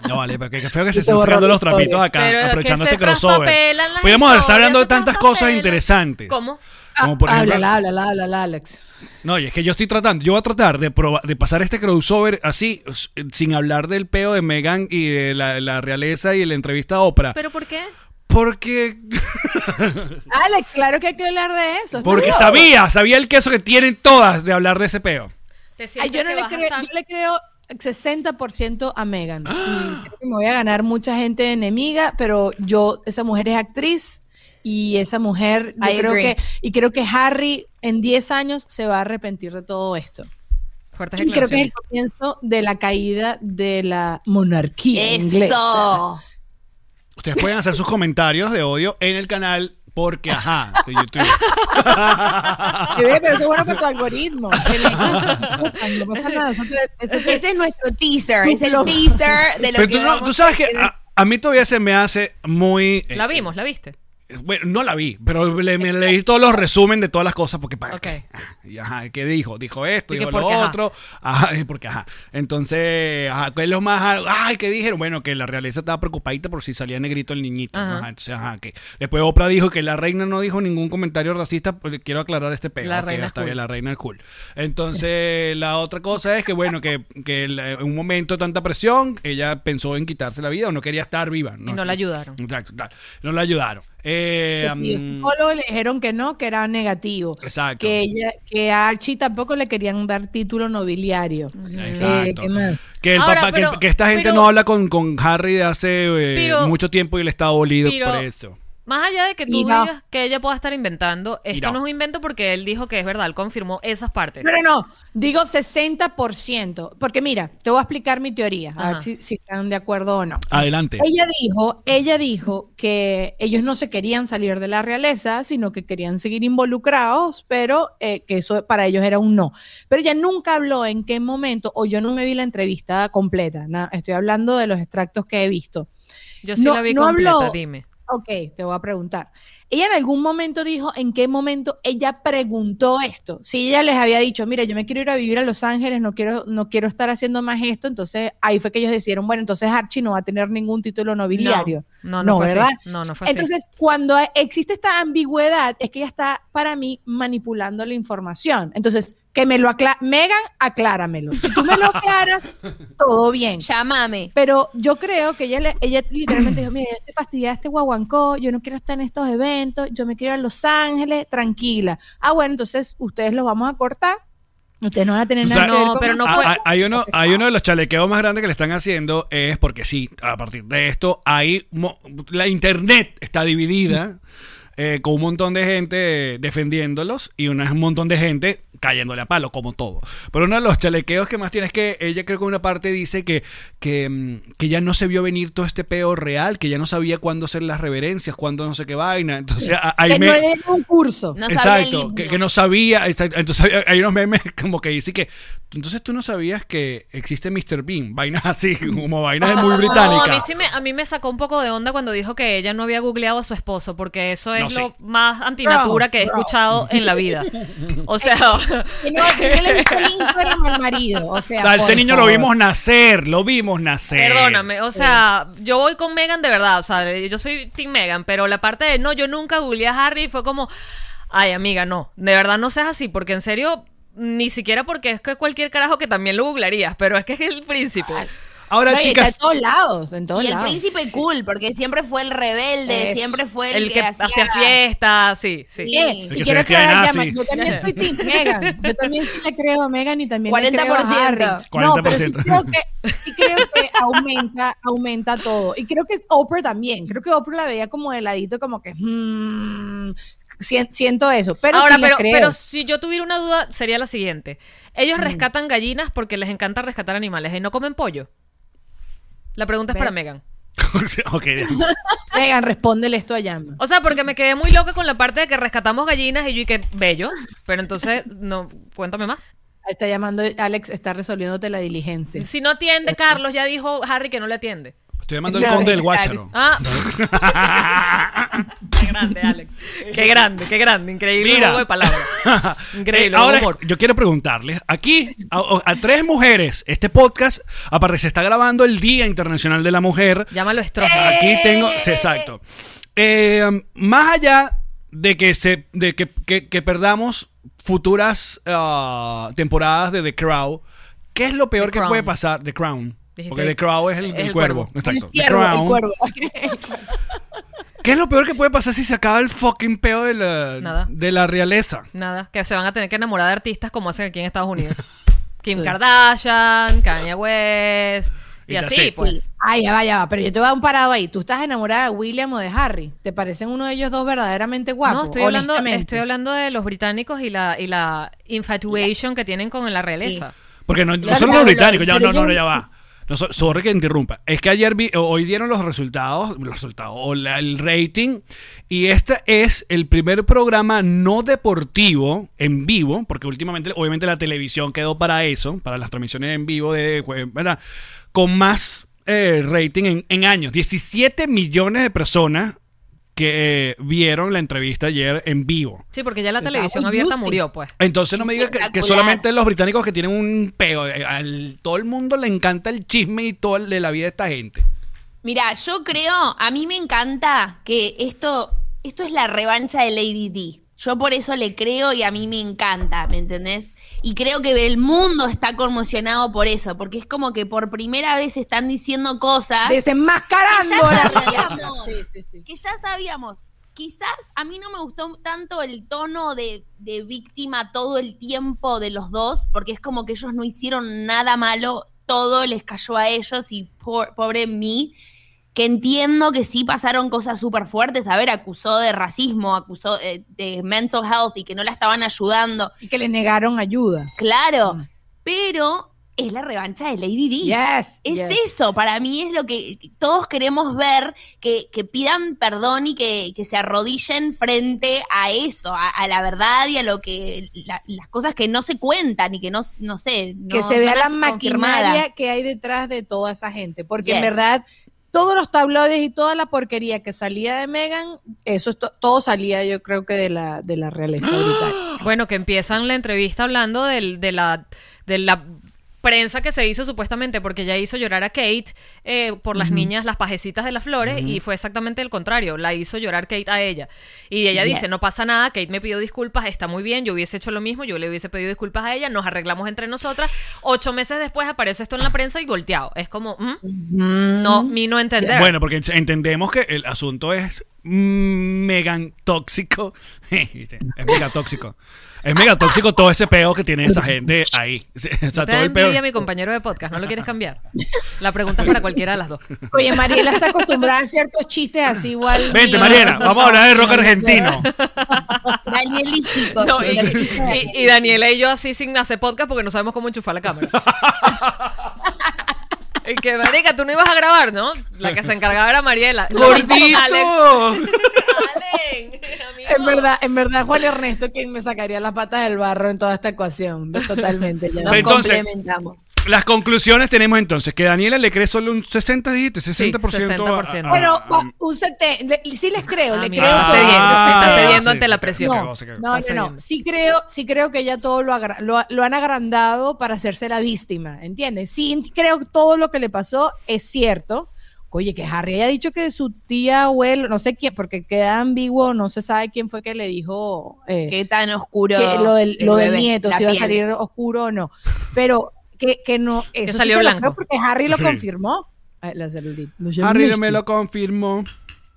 C: No, vale, pero qué feo que se
D: Y se
C: estén
D: borró
C: sacando
D: la
C: los trapitos
D: historia.
C: acá,
B: Pero que
C: aprovechando
B: se
C: este crossover.
B: traspapelan las
C: Podríamos estar
B: historias,
C: hablando de
B: se
C: tantas cosas
B: traspapelan.
C: interesantes.
B: ¿Cómo?
C: Como por ejemplo,
D: háblala, háblala, háblala, Alex.
C: No, y es que yo estoy tratando, yo voy a tratar de proba- de pasar este crossover así, s- sin hablar del peo de Megan y de la, la realeza y la entrevista a Oprah.
B: ¿Pero por qué?
C: porque
D: Alex, claro que hay que hablar de eso. está
C: porque
D: bien.
C: sabía, sabía el queso que tienen todas de hablar de ese peo.
B: Te
D: Ay,
B: sientes
D: yo, no
B: que
D: le
B: vas a
D: creo,
B: estar-
D: yo le creo 60% a Megan. Y creo que me voy a ganar mucha gente enemiga, pero yo, esa mujer es actriz y esa mujer, yo
E: I
D: creo
E: agree.
D: que, y creo que Harry en 10 años se va a arrepentir de todo esto.
B: Fuertes
D: Creo que es
B: declaraciones.
D: el comienzo de la caída de la monarquía inglesa.
E: eso.
C: Ustedes pueden hacer sus comentarios de odio en el canal porque ajá, de YouTube.
D: Bebé, pero eso es bueno para tu algoritmo. Que le- No pasa nada. eso te- eso te-
E: Ese es nuestro teaser.
D: Tú
E: Es el
D: lo-
E: teaser de lo
C: Pero
E: que
C: tú, no-
E: vamos
C: tú sabes que
E: a-
C: a, a mí todavía se me hace muy eh,
B: La vimos, la viste.
C: Bueno, no la vi, pero le, me leí todos los resumen de todas las cosas porque para
B: Ok.
C: y, ajá, ¿qué dijo? Dijo esto,
B: Y que
C: dijo lo
B: porque, ajá.
C: otro, ajá, y porque ajá. Entonces, ajá, ¿qué es lo más ay, qué dijeron? Bueno, que la realeza estaba preocupadita por si salía negrito el niñito,
B: Ajá.
C: ajá. Entonces, ajá, que después Oprah dijo que la reina no dijo ningún comentario racista, pues, quiero aclarar este pego,
B: La
C: ok,
B: reina es
C: está
B: cool.
C: bien, la reina es cool. Entonces, la otra cosa es que bueno, que, que la- en un momento de tanta presión, ella pensó en quitarse la vida o no quería estar viva,
B: Y no la ayudaron.
C: Exacto, tal. No la ayudaron. Eh,
D: Y el
C: mm,
D: psicólogo le dijeron que no, que era negativo.
C: Exacto.
D: Que, ella, que a Archie tampoco le querían dar título nobiliario. Eh,
C: exacto.
D: ¿qué más?
C: que el
B: Ahora,
C: papá, que-
B: pero-
C: que, esta gente
B: pero-
C: no habla con, con Harry de hace eh,
B: Pero-
C: mucho tiempo y él está dolido
B: pero-
C: por eso.
B: Más allá de que tú
D: Mira.
B: digas que ella pueda estar inventando, esto
C: Mira.
B: no es un invento porque él dijo que es verdad, él confirmó esas partes.
D: No, no, no. Digo 60%. Porque mira, te voy a explicar mi teoría. A
B: Ajá.
D: ver si, si están de acuerdo o no.
C: Adelante.
D: Ella dijo, ella dijo que ellos no se querían salir de la realeza, sino que querían seguir involucrados, pero eh, que eso para ellos era un no. Pero ella nunca habló en qué momento, o yo no me vi la entrevista completa, na- estoy hablando de los extractos que he visto.
B: Yo sí
D: no-
B: la vi
D: no
B: completa,
D: habló.
B: dime.
D: Ok, te voy a preguntar. Ella en algún momento dijo en qué momento ella preguntó esto. Si ella les había dicho, mira, yo me quiero ir a vivir a Los Ángeles, no quiero, no quiero estar haciendo más esto, entonces ahí fue que ellos decidieron, bueno, entonces Archie no va a tener ningún título nobiliario.
B: No, no,
D: No,
B: fue
D: ¿verdad?
B: así. No, no fue así.
D: Entonces, cuando existe esta ambigüedad, es que ella está, para mí, manipulando la información. Entonces, que me lo aclara, Megan, acláramelo. Si tú me lo aclaras, todo bien.
E: Llámame.
D: Pero yo creo que ella, le- ella literalmente dijo, mira, yo estoy fastidiada de este guaguancó, yo no quiero estar en estos eventos, yo me quiero ir a Los Ángeles, tranquila. Ah, bueno, entonces ustedes los vamos a cortar Ustedes no van a tener
C: O
D: nada
C: sea,
D: que ver
B: no,
D: con-
B: pero no
C: Ah,
B: fue-
C: ah, hay, uno, hay uno de los chalequeos más grandes que le están haciendo es porque sí, a partir de esto, hay mo- la internet está dividida eh, con un montón de gente defendiéndolos y una- un montón de gente cayéndole a palo, como todo. Pero uno de los chalequeos que más tiene es que ella creo que en una parte dice que, que, mm, que ya no se vio venir todo este peo real, que ya no sabía cuándo hacer las reverencias, cuándo no sé qué vaina. Entonces, a- ahí
D: que
C: me-
D: no le den un curso.
E: No sabía el
C: exacto,
E: himno.
C: que, que no sabía. exacto. Entonces hay- hay unos memes como que dicen que. Entonces tú no sabías que existe Mr. Bean, vainas así, como vainas muy
B: No, a mí,
C: británicas.
B: sí me, a mí me sacó un poco de onda cuando dijo que ella no había googleado a su esposo, porque eso es
C: No, sí.
B: lo más antinatura
D: Bro,
B: que he
D: bro.
B: escuchado en la vida. O sea,
D: Que no, que no le gusta el Instagram al marido. O sea,
C: O sea, ese
D: por
C: niño
D: favor.
C: lo vimos nacer, lo vimos nacer.
B: perdóname, o sea, yo voy con Megan de verdad, o sea, yo soy Team Megan, pero la parte de no, yo nunca googleé a Harry fue como, ay amiga, no, de verdad no seas así, porque en serio, ni siquiera porque es que cualquier carajo que también lo googlearías, pero es que es el príncipe.
C: Ahora,
D: Oye, está
C: chicas,
D: en todos lados, en todos
E: Y el
D: lados.
E: príncipe cool, porque siempre fue el rebelde,
D: Eso.
E: siempre fue el,
B: El que hacía fiesta, sí, sí.
E: Sí.
D: Eh,
E: El
C: que
D: y
C: se
D: quiero
C: vestía de
D: aclarar que
C: nazi.
D: además, yo también soy Team Megan. Yo también sí le creo a Megan y también le creo a
E: 40%.
D: Harry. No, pero sí
C: 40%.
D: creo que, sí creo que aumenta, aumenta todo. Y creo que Oprah también. Creo que Oprah la veía como de ladito, como que mm, sien- siento eso. Pero
B: Ahora,
D: sí les
B: pero,
D: creo. Mm.
B: pero si yo tuviera una duda, sería la siguiente. Ellos rescatan gallinas porque les encanta rescatar animales y no comen pollo. La pregunta es para Megan.
C: ok,
D: Megan, respóndele esto a Llama.
B: O sea, porque me quedé muy loca con la parte de que rescatamos gallinas y yo y que bello. Pero entonces, no, cuéntame más.
D: Está llamando, Alex está resolviéndote la diligencia.
B: Si no atiende, Carlos ya dijo Harry que no le atiende.
C: estoy llamando el
D: No,
C: conde del
D: exacto.
C: guácharo.
B: Ah, qué grande, Alex. Qué grande, qué grande. Increíble
C: Mira.
B: juego de palabras. Increíble
C: Eh, ahora,
B: humor.
C: yo quiero preguntarles, aquí, a, a tres mujeres, este podcast, aparte se está grabando el Día Internacional de la Mujer.
B: Llámalo estrofa.
C: Aquí tengo, sí, exacto. Eh, más allá de que se, de que, que- que perdamos futuras ah, temporadas de The Crown, ¿qué es lo peor
B: The
C: que
B: Crown.
C: puede pasar? The Crown.
B: Dijiste-
C: Porque The Crown es el,
B: es
C: el
B: el
C: cuervo.
B: cuervo.
C: Exacto. The
D: El cuervo, el
C: Crown.
D: cuervo.
C: ¿Qué es lo peor que puede pasar si se acaba el fucking peo de la,
B: Nada.
C: de la realeza?
B: Nada, que se van a tener que enamorar de artistas como hacen aquí en Estados Unidos. Kim Kardashian, Kanye West y,
C: Y
B: así,
C: así.
B: pues.
D: Ay, ya va, ya va. Pero yo te voy a dar un parado ahí. ¿Tú estás enamorada de William o de Harry? ¿Te parecen uno de ellos dos verdaderamente guapos?
B: no, estoy hablando,
D: honestamente?
B: estoy hablando de los británicos y la, y la infatuation que tienen con la realeza.
C: Porque no, no
E: Claro,
C: son los
E: claro,
C: británicos, ya,
D: pero
C: no, no,
D: yo-
C: no, ya va. No, so- sorry que interrumpa. Es que ayer vi, o- hoy dieron los resultados, los resultados, o la- el rating, y este es el primer programa no deportivo en vivo, porque últimamente, obviamente, la televisión quedó para eso, para las transmisiones en vivo de, jue- ¿verdad? Con más eh, rating en, en años. 17 millones de personas que eh, vieron la entrevista ayer en vivo.
B: Sí, porque ya la
D: Está
B: televisión
D: muy
B: abierta
D: juicy.
B: murió, pues.
C: Entonces no me digas que, que
E: Espectacular.
C: solamente los británicos que tienen un peo. eh, al- todo el mundo le encanta el chisme y todo el de la vida de esta gente.
E: Mira, yo creo, a mí me encanta que esto, esto es la revancha de Lady D. Yo por eso le creo y a mí me encanta, ¿me entendés? Y creo que el mundo está conmocionado por eso, porque es como que por primera vez están diciendo cosas
D: Desenmascarando
E: Ah. Que ya
D: la
E: sabíamos.
D: realeza. Sí, sí, sí.
E: que ya sabíamos. Quizás a mí no me gustó tanto el tono de, de víctima todo el tiempo de los dos, porque es como que ellos no hicieron nada malo, todo les cayó a ellos y por- pobre mí, que entiendo que sí pasaron cosas súper fuertes, a ver, acusó de racismo, acusó eh, de mental health y que no la estaban ayudando,
D: Y que le negaron ayuda.
E: claro,
D: Mm.
E: pero es la revancha de Lady D.
D: Yes.
E: Es
D: yes.
E: eso, para mí es lo que todos queremos ver, que, que pidan perdón y que, que se arrodillen frente a eso, a, a la verdad y a lo que la- las cosas que no se cuentan y que no, no sé.
D: que
E: no
D: se vea
E: son
D: la
E: confirmadas.
D: maquinaria que hay detrás de toda esa gente. Porque en
E: Yes.
D: verdad, todos los tabloides y toda la porquería que salía de Megan, eso es to- todo salía, yo creo que de la, de la realeza británica.
B: Bueno, que empiezan la entrevista hablando del, de la de la prensa que se hizo supuestamente porque ella hizo llorar a Kate eh, por las niñas, las pajecitas de las flores y fue exactamente el contrario, la hizo llorar Kate a ella. Y ella dice, no pasa nada, Kate me pidió disculpas, está muy bien, yo hubiese hecho lo mismo, yo le hubiese pedido disculpas a ella, nos arreglamos entre nosotras. ocho meses después aparece esto en la prensa y volteado. Es como, mm, no, mi no entender.
C: Bueno, porque ent- entendemos que el asunto es mm, mega tóxico. ¿Viste? es mega tóxico. Es mega tóxico todo ese peo que tiene esa gente ahí. O sea,
B: te
C: todo
B: da
C: el peo.
B: envidia a mi compañero de podcast, ¿no lo quieres cambiar? La pregunta es para cualquiera de las dos.
D: Oye, Mariela está acostumbrada a ciertos chistes así igual.
C: Vente,
D: mío.
C: Mariela, vamos a hablar de rock argentino.
E: Danielístico.
B: No, eh,
E: sí,
B: y,
E: eh, la chica de
B: y- y Daniela y yo así sin hacer podcast porque no sabemos cómo enchufar la cámara. Y que, marica, tú no ibas a grabar, ¿no? La que se encargaba era Mariela. Lo mismo Alex.
C: ¡Gordito!
B: Alen, amigo.
D: En verdad, en verdad, Juan Ernesto, quien me sacaría las patas del barro en toda esta ecuación. Totalmente. ya.
E: Nos
B: eh,
C: Pero entonces-
E: complementamos.
C: Las conclusiones tenemos entonces que Daniela le cree solo un 60 dijiste, 60%.
B: Sí, 60%.
C: a- a-
D: Pero
C: mm.
D: Juan, un 70, le- sí les creo,
B: Ah,
D: le
B: mira,
D: creo
B: está
D: todo.
B: cediendo, está
D: Sí,
B: cediendo
C: sí,
B: ante
C: sí,
B: la
C: sí,
B: presión.
C: se
D: No,
C: cagó, se cagó.
D: no,
B: Está
D: no, no.
B: cediendo.
D: Sí creo, sí creo que ya todo lo, agra- lo, lo han agrandado para hacerse la víctima, ¿entiendes? Sí creo que todo lo que le pasó es cierto. Oye, que Harry haya dicho que su tía, abuelo, no sé quién, porque queda ambiguo, no se sabe quién fue que le dijo eh,
E: qué tan oscuro.
D: que lo del,
E: el
D: lo del
E: bebé,
D: nieto,
E: la
D: si iba a
E: piel.
D: salir oscuro o no. Pero que, que no, eso sí
B: salió
D: se lo
B: blanco.
D: creo porque Harry lo
C: Sí.
D: confirmó. Ay, La celulita.
C: Harry me lo confirmó.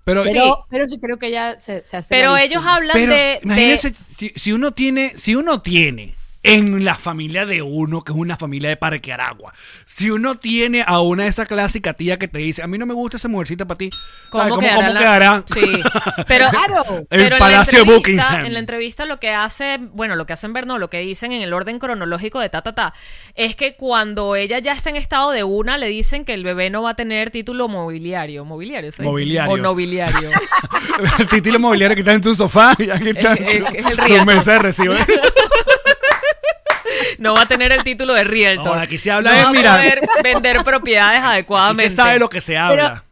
C: Pero,
D: Pero, pero, sí creo que ya se, se hace. la
B: Pero
D: víctima.
B: ellos hablan
C: pero
B: de, de-
C: imagínense si, si uno tiene, si uno tiene en la familia de uno, que es una familia de Parque Aragua, si uno tiene a una de esa clásica tía que te dice, a mí no me gusta esa mujercita para ti, ¿sabes? ¿Cómo, cómo
B: la-
C: quedará?
B: Sí, pero,
D: Claro.
C: El
B: pero en la
C: Palacio de
B: entrevista-
C: Buckingham.
B: En la entrevista lo que hace, bueno, lo que hacen ver, no, lo que dicen en el orden cronológico de ta, ta, ta, es que cuando ella ya está en estado de una, le dicen que el bebé no va a tener título mobiliario. ¿Mobiliario? se dice?
C: Mobiliario.
B: O nobiliario.
C: el título mobiliario que está en tu sofá, ya que está
B: Es- es-
C: en tu-
B: es el
C: tu
B: riesgo.
C: mesa de recibo.
B: No va a tener el título de Realtor.
C: Ahora, aquí se habla
B: no
C: de,
B: va
C: mira.
B: a poder vender propiedades adecuadamente.
C: Se sabe lo que se habla.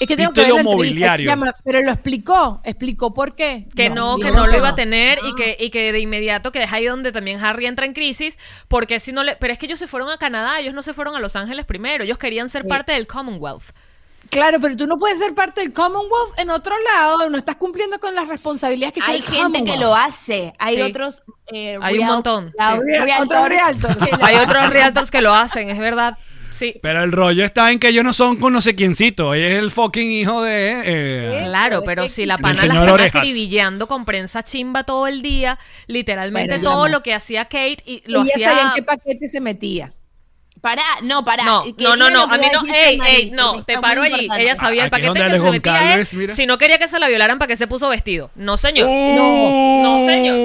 D: Es que tengo que
C: Título
D: ver la entrevista,
C: mobiliario.
D: se llama, pero lo explicó, explicó por qué.
B: Que no, que
D: dijo
B: no lo iba a tener y que, y que de inmediato, que es ahí donde también Harry entra en crisis, porque si no le... Pero es que ellos se fueron a Canadá, ellos no se fueron a Los Ángeles primero, ellos querían ser parte del Commonwealth.
D: Claro, pero tú no puedes ser parte del Commonwealth en otro lado, no estás cumpliendo con las responsabilidades que
E: Hay
D: tiene el
E: gente que lo
D: Commonwealth.
E: hace. Hay
B: Sí.
E: otros. eh,
B: Hay un
E: real-
B: montón,
E: la-
B: sí.
E: realtors
D: Otro realtor.
E: que lo
B: Hay
E: hacen.
B: otros realtors que lo hacen, es verdad. Sí.
C: Pero el rollo está en que ellos no son con no sé quiéncito. Ella es el fucking hijo de. eh,
B: Claro, pero si la
C: Del
B: pana la
C: señor
B: están
C: Orejas.
B: acribillando con prensa chimba todo el día, literalmente
D: Bueno,
B: todo
D: mi amor.
B: lo que hacía Kate y lo
D: y ya sabía en
B: hacía...
D: qué paquete se metía.
E: Pará, no, pará.
B: No,
E: que
B: no, no,
E: diga
B: no,
E: lo que
B: a mí
E: va
B: no,
E: decir
B: ey,
E: Samari,
B: ey, no,
E: porque
B: te
E: está
B: paro
E: muy
B: allí.
E: importante.
B: Ella sabía el
C: Aquí es donde
B: paquete que se
C: Alejón
B: metía
C: Calves,
B: él,
C: mira.
B: si no quería que se la violaran, ¿para qué se puso vestido? No, señor.
C: ¡Uh!
B: no, señor.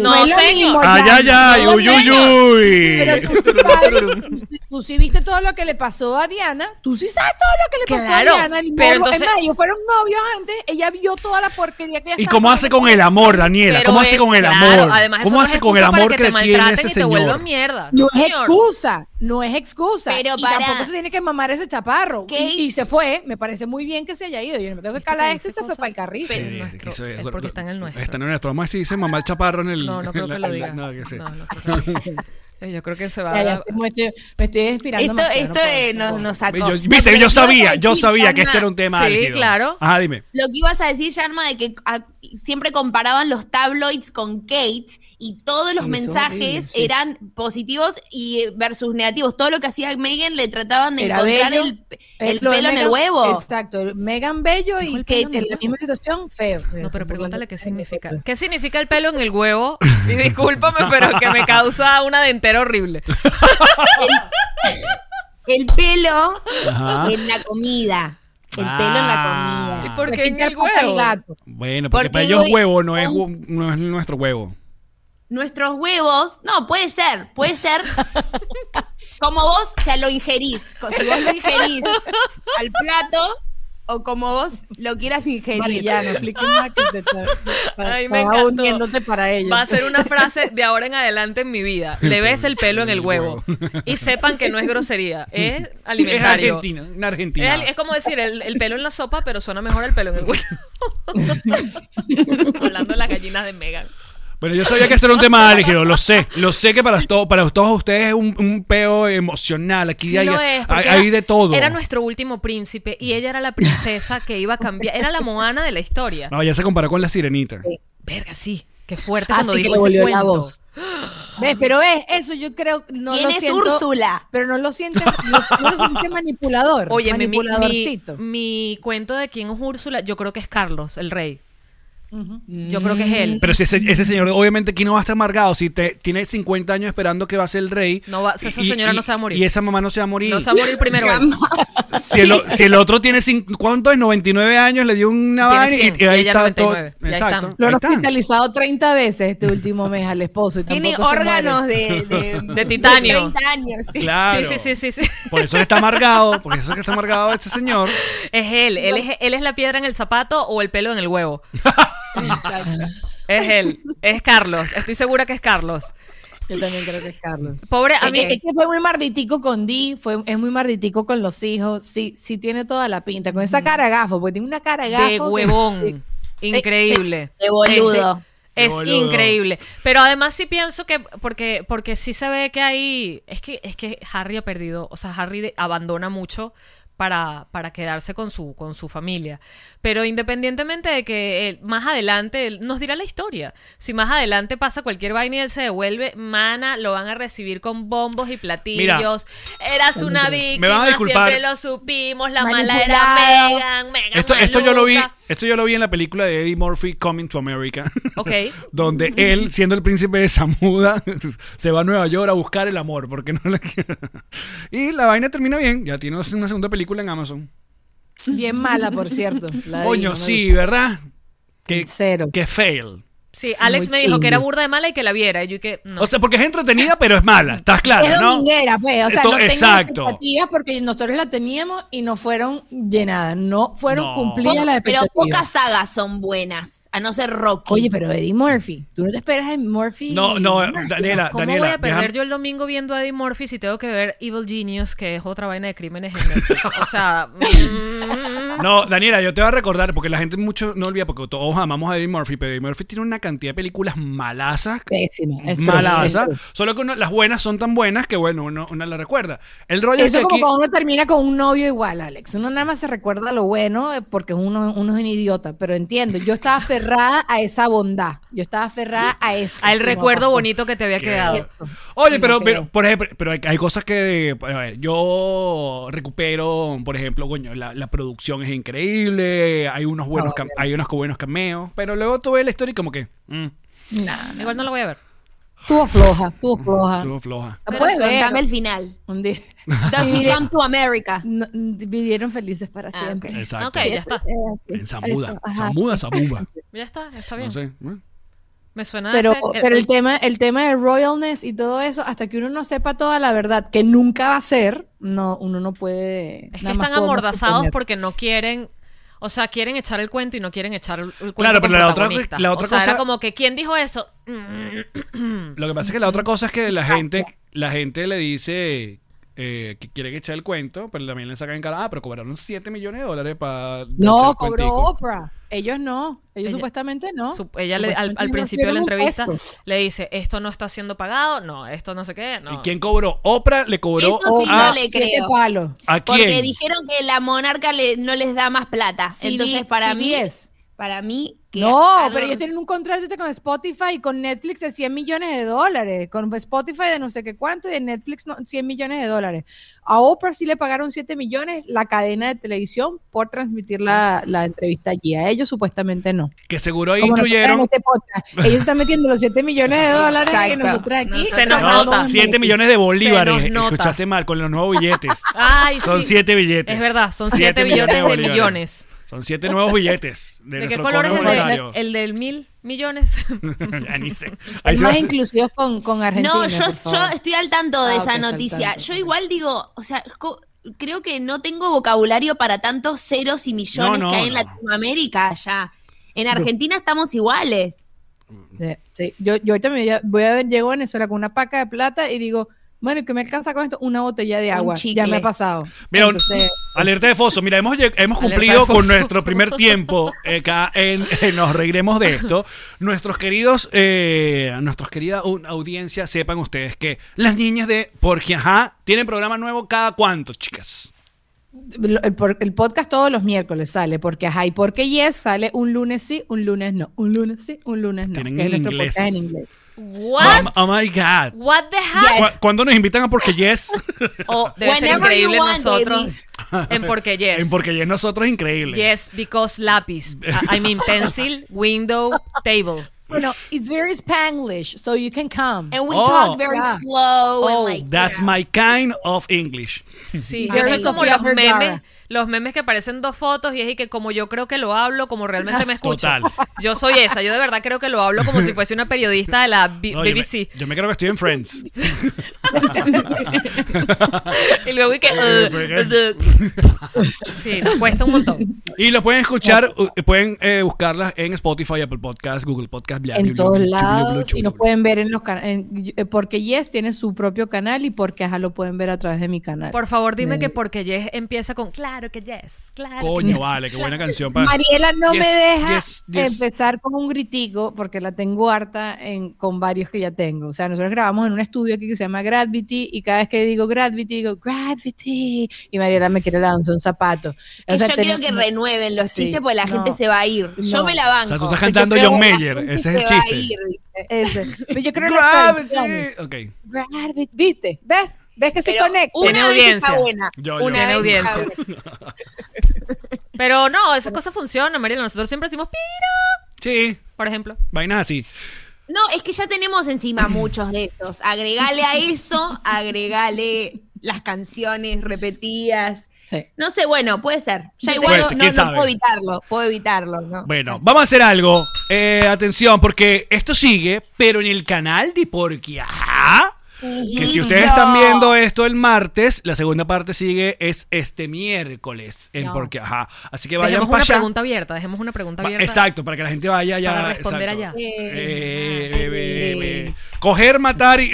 B: No,
D: es lo
B: señor.
D: mismo,
C: Ay,
D: Ah, ya.
C: ay, ay,
B: No,
C: uy, uy,
B: señor.
C: uy.
D: Pero tú sí, sabes, tú sí viste todo lo que le pasó a Diana. Tú sí sabes todo lo que le pasó
B: Claro,
D: a Diana. El
B: pero
D: morbo. Es
B: entonces-
D: más, ellos fueron novios antes. Ella vio toda la porquería que ella
C: ¿Y
D: estaba
C: cómo hace
D: haciendo.
C: con el amor, Daniela?
B: Pero
C: ¿Cómo hace
B: es-
C: con el
B: claro,
C: amor?
B: Además, eso
C: ¿Cómo
B: no es
C: hace con el
B: excusa para
C: amor que,
B: que
C: le
B: te
C: tiene
B: maltraten
C: ese
B: y te vuelvan
C: señor?
B: mierda?
D: No es
B: señor.
D: excusa, no es excusa.
E: Pero
D: y
E: para-
D: tampoco se tiene que mamar ese chaparro. Y,
E: ¿Qué?
D: y se fue, me parece muy bien que se haya ido. Yo no me tengo que calar esto y se fue para el carril.
B: Pero
C: Sí,
B: es
C: es que eso es-
B: nuestro, es porque está en el nuestro.
C: Está en el nuestro. Además, si dice mamá el chaparro en el.
B: No, no creo
C: en la-
B: que lo
C: en la-
B: diga.
C: no, que sí.
B: No, no creo que- Eh, Yo creo que se va
D: Ya,
B: a
D: ya, me, estoy, me estoy inspirando.
E: Esto,
D: demasiado,
E: esto
D: no puedo,
E: eh,
D: no
E: nos,
D: puedo.
E: nos sacó. No,
C: Viste,
E: pero
C: yo
E: ibas a
C: sabía, yo
E: decir,
C: sabía que
E: Shanna,
C: este era un tema
B: Sí,
C: álgido.
B: claro.
C: Ajá, dime.
E: Lo que ibas a decir, Shanma, de que ah, siempre comparaban los tabloids con Kate y todos
D: Eso,
E: los
D: horrible,
E: mensajes
D: sí.
E: eran positivos y eh, versus negativos. Todo lo que hacía Megan le trataban de
D: Era
E: encontrar
D: bello,
E: el,
D: Eh,
E: el
D: lo
E: pelo
D: de
E: en el
D: Meghan-
E: huevo.
D: Exacto, Megan Bello
B: Tengo
D: y
B: el pelo
D: Kate
B: en el
D: en la
B: huevo.
D: misma situación, feo.
B: No, pero pregúntale qué significa. ¿Qué significa el pelo en el huevo? Y discúlpame, pero que me causa una dentera horrible.
E: El pelo
C: Ajá.
E: en la comida. El pelo en
C: Ah.
E: la
C: ¿Y
E: comida.
B: por qué en el huevo?
C: Bueno, porque
E: Porque
C: para ellos
E: hoy-
C: huevo no es, hu- no es nuestro huevo.
E: Nuestros huevos, no, puede ser, puede ser. como vos, o sea, lo ingerís. co- Si vos lo ingerís al plato o como vos lo quieras ingerir.
D: Marillano, explica más que te está- está-
B: Ay, me
D: estaba
B: encantó.
D: hundiéndote para ello.
B: Va a ser una frase de ahora en adelante en mi vida. Le ves el pelo en el huevo. Y sepan que no es grosería, es
C: Es
B: alimentario.
C: Argentina, una
B: Es,
C: Argentina.
B: al- es como decir el, el pelo en la sopa, pero suena mejor el pelo en el huevo. Hablando de las gallinas de Megan.
C: Bueno, yo sabía que este era un tema álgido, lo sé. Lo sé que para, to- para todos ustedes es un, un peo emocional. Aquí
B: Sí
C: hay,
B: lo es,
C: hay-
B: porque
C: hay
B: era-
C: de todo.
B: Era nuestro último príncipe y ella era la princesa que iba a cambiar. Era la Moana de la historia.
C: No, ya se comparó con la sirenita.
B: Verga, sí. Qué fuerte cuando
D: Así Ah, que
B: dijo
D: le
B: ese
D: volvió la
B: cuento.
D: voz. ¿Ves? Pero es eso yo creo no
E: ¿Quién
D: lo
E: es
D: siento-
E: Úrsula?
D: Pero no lo siente, no- no lo siente manipulador.
B: Oye, mi, mi, mi,
D: manipuladorcito.
B: mi cuento de quién es Úrsula, yo creo que es Carlos, el rey.
D: Ujú.
B: Yo creo que
D: Mm.
B: es él.
C: Pero si ese, ese señor, obviamente, aquí no va a estar amargado. Si te, tiene 50 años esperando que va a ser el rey.
B: No va- esa señora no se va a morir.
C: Y esa mamá no se va a morir.
B: No se va a morir primero él.
C: Si, el, o- si el otro tiene. cin- ¿Cuánto es? 99 años, le dio
B: Tiene
C: una vaina y-
B: 100,
C: y, ahí
B: y ella
C: está
B: 99.
C: todo.
B: Ya
C: Exacto.
B: están.
D: Lo
C: ahí
D: han
C: están.
D: hospitalizado 30 veces este último mes al esposo. Y
E: Tiene
D: tampoco se
E: órganos
D: muere.
E: de, de,
B: De titanio.
E: 30 años. sí.
C: Claro.
B: Sí, sí, sí, sí, sí.
C: Por eso está amargado, por eso es que está amargado este señor.
B: Es él. Él es, él es la piedra en el zapato o el pelo en el huevo. es él. Es Carlos. Estoy segura que es Carlos.
D: Yo también creo que es Carlos.
B: Pobre, a mí.
D: Es que fue muy marditico con Di, fue, es muy marditico con los hijos. Sí, sí tiene toda la pinta. Con esa cara de gafo, porque tiene una cara de gafo.
B: de
D: que-
B: huevón. Increíble.
E: De boludo.
B: Es
C: De boludo.
B: increíble. Pero además sí pienso que, porque, porque sí se ve que ahí, es que, es que Harry ha perdido, o sea, Harry de- abandona mucho para, para quedarse con su, con su familia. Pero independientemente de que él, más adelante, él nos dirá la historia. Si más adelante pasa cualquier vaina y él se devuelve, mana, lo van a recibir con bombos y platillos. Eras una víctima,
C: van a disculpar.
B: siempre lo supimos, la mala era
D: Manipulado.
B: Megan, Megan
C: Esto, esto yo lo vi,
B: maluca.
C: esto yo lo vi en la película de Eddie Murphy Coming to America.
B: Ok.
C: Donde él, siendo el príncipe de Samuda, se va a Nueva York a buscar el amor, porque no le Y la vaina termina bien, ya tiene una segunda película en Amazon.
D: Bien mala, por cierto. la de Di, no
C: Coño,
D: me
C: sí,
D: gusta.
C: ¿verdad? Que,
D: Cero.
C: que fail.
B: Sí, Alex
D: Muy
B: me dijo que era
D: chingo.
B: burda de mala y que la viera. Y yo que no.
C: O sea, porque es entretenida, pero es mala, estás claro,
D: es
C: ¿no?
D: dominguera, pues. O sea,
C: Esto-
D: no tengo
C: exacto.
D: expectativas porque nosotros la teníamos y no fueron llenadas. No fueron
C: No.
D: cumplidas las
E: Pero
D: expectativas.
E: pocas sagas son buenas, a no ser Rocky.
D: Oye, pero Eddie Murphy. ¿Tú no te esperas en Murphy?
C: No, no, Daniela,
B: ¿Cómo
C: Daniela.
B: voy a perder
C: déjame-
B: yo el domingo viendo a Eddie Murphy si tengo que ver Evil Genius, que es otra vaina de crímenes? en Netflix? o sea, mm,
C: No, Daniela, yo te voy a recordar, porque la gente mucho no olvida, porque todos amamos a Eddie Murphy, pero Eddie Murphy tiene una cantidad de películas malasas.
D: Pésima. eso,
C: Malasas.
D: eso.
C: Solo que uno- las buenas son tan buenas que, bueno, uno, uno la recuerda. El rollo
D: Eso
C: es
D: es
C: que
D: como
C: aquí-
D: cuando uno termina con un novio igual, Alex. Uno nada más se recuerda lo bueno eh, porque uno, uno es un idiota. Pero entiendo, yo estaba aferrada a esa bondad. Yo estaba aferrada a eso.
B: a el
D: Como
B: recuerdo
D: papá.
B: bonito que te había
C: Qué
B: quedado.
C: bueno. Oye,
D: Sí,
C: pero,
D: no
C: pero,
D: creo.
C: por ejemplo, pero hay, hay cosas que, a ver, yo recupero, por ejemplo, coño, la, la producción es increíble, hay unos buenos, cam- hay unos buenos cameos, pero luego tú ves la historia y como que, mm,
D: Ah. Nah,
B: Igual no lo voy a ver.
D: estuvo floja, estuvo floja.
C: estuvo floja.
D: La
E: Pero
D: puedes ver
E: contame el final.
D: un día.
E: Does he come to America?
D: No, vivieron felices para
E: Ah,
D: siempre. Eh,
C: Exacto.
B: Ok, ya está.
C: En Zambuda,
D: Eso, ajá.
C: Zambuda, Zabuba.
B: Ya está, está bien.
C: No sé. ¿eh?
B: Me suena a
D: Pero,
B: ese-
D: pero el tema, el tema de royalness y todo eso, hasta que uno no sepa toda la verdad, que nunca va a ser, no, uno no puede.
B: Es que
D: nada más
B: están
D: podemos
B: amordazados
D: suponer.
B: porque no quieren. O sea, quieren echar el cuento y no quieren echar el el cuento.
C: Claro,
B: con
C: pero la otra-
B: protagonista.
C: la otra
B: o sea, era
C: cosa-
B: como que, ¿quién dijo eso? Mm,
C: Lo que pasa es que la otra cosa es que la gente, la gente le dice eh, que quieren echar el cuento, pero también le sacan en cara, ah, pero cobraron 7 millones de dólares para. echar
D: No,
C: el
D: cobró
C: cuentico".
D: Oprah. Ellos no. Ellos
B: Ella-
D: supuestamente no.
B: Su- ella le- al,
D: Supuestamente
B: al
D: no
B: principio de la
D: recibieron un
B: entrevista
D: peso.
B: le dice, esto no está siendo pagado, no, esto no sé qué, no.
C: ¿Y quién cobró? Oprah le cobró.
E: Eso sí
C: a,
E: no le
D: Ah, siete
E: creo.
D: palos.
C: ¿a
E: Porque
C: quién?
E: dijeron que la monarca le- no les da más plata. Entonces,
D: CB-
E: para mí,
D: CBS.
E: para mí... que
D: No,
E: algo-
D: pero ellos tienen un contrato ahorita con Spotify y con Netflix de 100 millones de dólares. Con Spotify de no sé qué cuánto y de Netflix no- 100 millones de dólares. A Oprah sí le pagaron 7 millones la cadena de televisión por transmitir la, la entrevista allí. A ellos supuestamente no.
C: Que seguro ahí
D: Como nosotras en
C: incluyeron.
D: este podcast. Ellos están metiendo los 7 millones de dólares y
E: Exacto.
D: nosotras aquí.
E: Nosotras Se nos
C: No,
B: nota.
C: 7 millones de bolívares.
B: Se nos nota.
C: Escuchaste mal, con los nuevos billetes.
B: Ay,
C: Son
B: sí.
C: 7 billetes.
B: Es verdad, son 7
C: millones
B: billones de
C: bolívares.
B: millones.
C: Son 7 nuevos billetes. ¿De,
B: ¿De, qué
C: nuestro
B: color es
C: cono
B: el, de,
C: monetario.
B: el del mil millones?
C: ya ni sé. Ahí
D: Es
C: se va a
D: más
C: hacer-
D: inclusivos con, con Argentina.
E: No, yo,
D: por favor.
E: yo estoy al tanto
D: Ah, ok,
E: de esa
D: está al
E: noticia.
D: tanto.
E: Yo igual digo, o sea, co- creo que no tengo vocabulario para tantos ceros y millones
C: No, no,
E: que hay en
C: no.
E: Latinoamérica ya. En Argentina estamos iguales.
D: Sí, sí. Yo, yo ahorita me voy a- voy a ver, llego a Venezuela con una paca de plata y digo, bueno, ¿y ¿qué me alcanza con esto? Una botella de
E: Un
D: agua.
E: chicle.
D: Ya me ha pasado.
C: Mira, un-
D: Entonces,
C: alerta de foso. Mira, hemos, lleg- hemos
B: Alerta
C: cumplido
B: de foso.
C: con nuestro primer tiempo eh, acá en, en Nos Reiremos de esto. Nuestros queridos, eh, nuestros querida au- audiencia, sepan ustedes que las niñas de Porque Ajá tienen programa nuevo cada cuánto, chicas.
D: lo- el, por- el podcast todos los miércoles sale, porque ajá, y porque yes sale un lunes sí, un lunes no, un lunes sí, un lunes no,
C: Tienen
D: que es
C: en
D: nuestro
C: inglés.
D: podcast en inglés.
B: What?
C: Oh, oh my God.
B: What the heck?
C: Cu- Cuando nos invitan a Porque Yes,
B: Oh, debe ser
E: Whenever you
B: increíble
E: want,
B: nosotros. En porque yes.
C: en Porque Yes nosotros es increíble.
B: Yes, because lápiz. I I mean pencil, window, table.
D: Bueno, it's very Spanglish, so you can come.
E: And we
C: Oh,
E: talk very
D: yeah.
E: slow and
B: Oh,
E: like
C: That's
E: yeah.
C: my kind of English.
B: Sí,
D: Very
B: yo soy como
D: Sofía
B: los
D: Vergara.
B: memes, los memes que parecen dos fotos y es y que como yo creo que lo hablo, como realmente me escucho.
C: Total.
B: Yo soy esa, yo de verdad creo que lo hablo como si fuese una periodista de la B-
C: No, yo, me,
B: BBC.
C: yo me creo que estoy en Friends.
B: Y luego y que...
C: Eh,
B: uh, uh, sí, nos cuesta un montón.
C: Y lo pueden escuchar, u- pueden eh, buscarlas en Spotify, Apple Podcast, Google Podcast, bla, bla, bla,
D: en todos
C: bla, bla, bla, bla,
D: lados
C: bla,
D: y nos
C: bla.
D: pueden ver en los canales porque Yes tiene su propio canal y porque ajá lo pueden ver a través de mi canal.
B: Por favor, dime que porque Yes empieza con claro que Yes, claro.
C: Coño, vale, qué buena canción para.
D: Mariela no
C: Yes,
D: me deja
C: yes, yes.
D: empezar con un gritico porque la tengo harta en, con varios que ya tengo. O sea, nosotros grabamos en un estudio aquí que se llama Gravity y cada vez que digo Gravity digo Gravity y Mariela me quiere lanzar un zapato.
E: Que
D: O sea,
E: yo
D: tenemos-
E: quiero que renueven los
D: Sí,
E: chistes porque la
D: no,
E: gente se va a ir. Yo
D: no.
E: me la
C: O sea, tú
E: banco.
C: estás cantando John Mayer,
E: La
C: ese es
E: gente
C: el
E: se va a
C: chiste.
E: ir, ¿viste?
D: Ese. Pero Yo creo en las tradiciones.
C: Gravity. Ok.
D: Gravity. ¿Viste? ¿Ves? ¿Ves que se
E: Pero
D: conecta?
E: Una
B: Tiene
E: vez
B: audiencia.
E: está buena.
C: Yo, yo.
E: una
B: Tiene
E: vez
B: audiencia.
E: está buena.
B: Pero no, esas cosas funcionan, Mariela. Nosotros siempre decimos piro,
C: Sí,
B: por ejemplo.
C: vainas así.
E: No, es que ya tenemos encima muchos de estos. Agregale a eso, agregale las canciones repetidas.
D: Sí.
E: No sé, bueno, puede ser. Ya
C: Puede
E: igual
C: ser,
E: no,
C: quién
E: no
C: sabe.
E: puedo evitarlo, puedo evitarlo, ¿no?
C: Bueno, vamos a hacer algo. Eh, atención, porque esto sigue, pero en el canal de Porque Ajá. Que si ustedes están viendo esto el martes, la segunda parte sigue es este miércoles en Porque Ajá. Así que vayan
B: Dejemos
C: para
B: una
C: allá.
B: pregunta abierta, dejemos una pregunta
C: Va-
B: abierta.
C: Exacto, para que la gente vaya ya.
B: Para responder
C: exacto.
B: allá. Ah,
C: Eh, eh, eh, eh. Coger, matar y.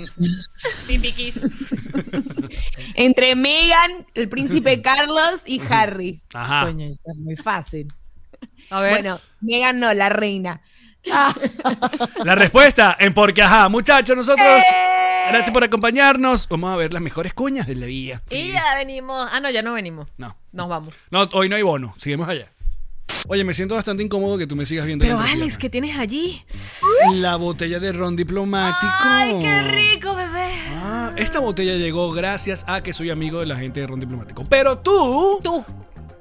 E: Entre Megan, el príncipe Carlos y Harry.
C: Ajá.
D: Coño, está muy fácil.
B: A ver.
E: Bueno, Megan no, la reina.
C: La respuesta en Porque Ajá. Muchachos, nosotros. Gracias por acompañarnos. Vamos a ver las mejores cuñas de la vida.
B: Y ya venimos. Ah, no, ya no venimos.
C: No.
B: Nos vamos.
C: No, hoy no hay bono. Seguimos allá. Oye, me siento bastante incómodo que tú me sigas viendo.
B: Pero
C: la
B: Alex,
C: meridiana.
B: ¿qué tienes allí?
C: La botella de ron diplomático.
B: Ay, qué rico, bebé.
C: Ah, esta botella llegó gracias a que soy amigo de la gente de ron diplomático. Pero tú,
B: Tú.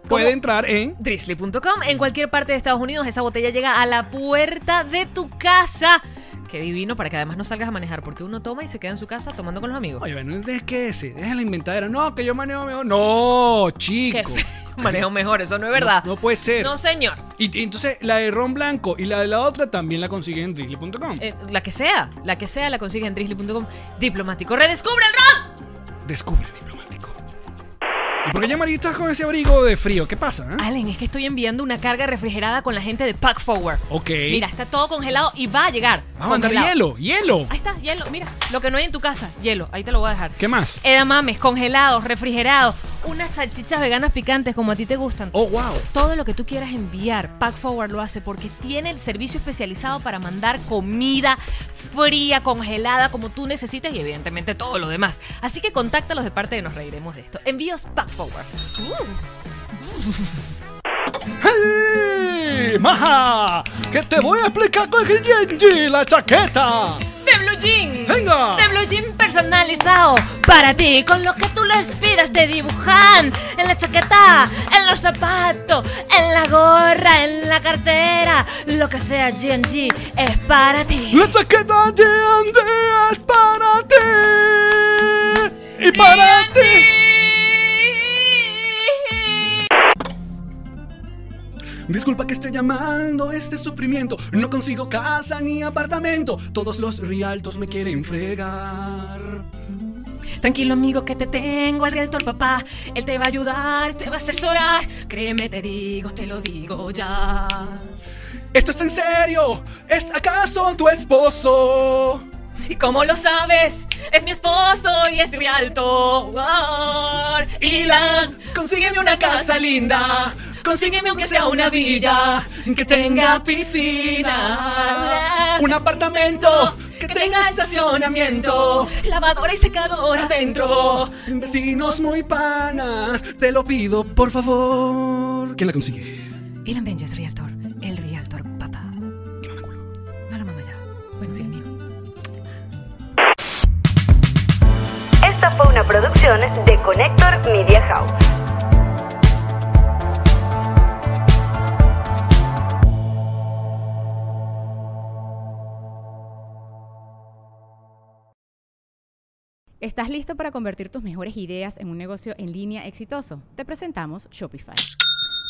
C: puedes entrar en.
B: Drizzly.com. En cualquier parte de Estados Unidos, esa botella llega a la puerta de tu casa. Qué divino para que además no salgas a manejar, porque uno toma y se queda en su casa tomando con los amigos.
C: Oye, bueno, ¿de qué es ese? Deja la inventadera. No, que yo manejo mejor. No,
B: Qué
C: chico.
B: feo. Manejo mejor, eso no es verdad.
C: No, no puede ser.
B: No, señor.
C: Y, y entonces la de ron blanco y la de la otra también la consiguen en drizzly.com.
B: Eh, la que sea, la que sea, la consigues en drizzly.com. Diplomático. ¡Redescubre el ron!
C: Descubre diplomático. ¿Y por qué ya María estás con ese abrigo de frío? ¿Qué pasa? eh?
B: Allen, es que estoy enviando una carga refrigerada con la gente de Pack Forward.
C: Ok.
B: Mira, está todo congelado y va a llegar.
C: Vamos a mandar
B: Congelado.
C: hielo, hielo.
B: Ahí está, hielo. Mira, lo que no hay en tu casa, hielo. Ahí te lo voy a dejar.
C: ¿Qué más?
B: Edamames, congelados, refrigerados, unas salchichas veganas picantes como a ti te gustan.
C: Oh, wow.
B: Todo lo que tú quieras enviar, Pack Forward lo hace porque tiene el servicio especializado para mandar comida fría, congelada, como tú necesites y evidentemente todo lo demás. Así que contáctalos de parte de Nos Reiremos de esto. Envíos Pack Forward.
C: ¡Hey! ¡Maja! ¡Que te voy a explicar con el Genji, la chaqueta!
B: de Blue Jean.
C: Venga.
B: De Este Blue Jean personalizado para ti, con lo que tú lo inspiras te dibujan en la chaqueta, en los zapatos, en la gorra, en la cartera, lo que sea G&G es para ti.
C: ¡La chaqueta G&G es para ti! ¡Y para ti! Disculpa que esté llamando este sufrimiento. No consigo casa ni apartamento. Todos los rialtos me quieren fregar.
B: Tranquilo amigo que te tengo al realtor papá, él te va a ayudar, te va a asesorar, créeme te digo, te lo digo ya.
C: ¿Esto es en serio? ¿Es acaso tu esposo?
B: Y como lo sabes, es mi esposo y es realtor. Ilan,
C: Consígueme una casa linda. Consígueme aunque sea una villa que tenga piscina. Un apartamento que
B: que tenga estacionamiento, lavadora y secadora adentro.
C: Vecinos muy panas, te lo pido, por favor. ¿Quién la consigue?
B: Ilan Benji es Realtor, el Realtor papá. No la mamá ya. Bueno, sí, el mío.
A: Esta fue una producción de Connector Media House.
F: ¿Estás listo para convertir tus mejores ideas en un negocio en línea exitoso? Te presentamos Shopify.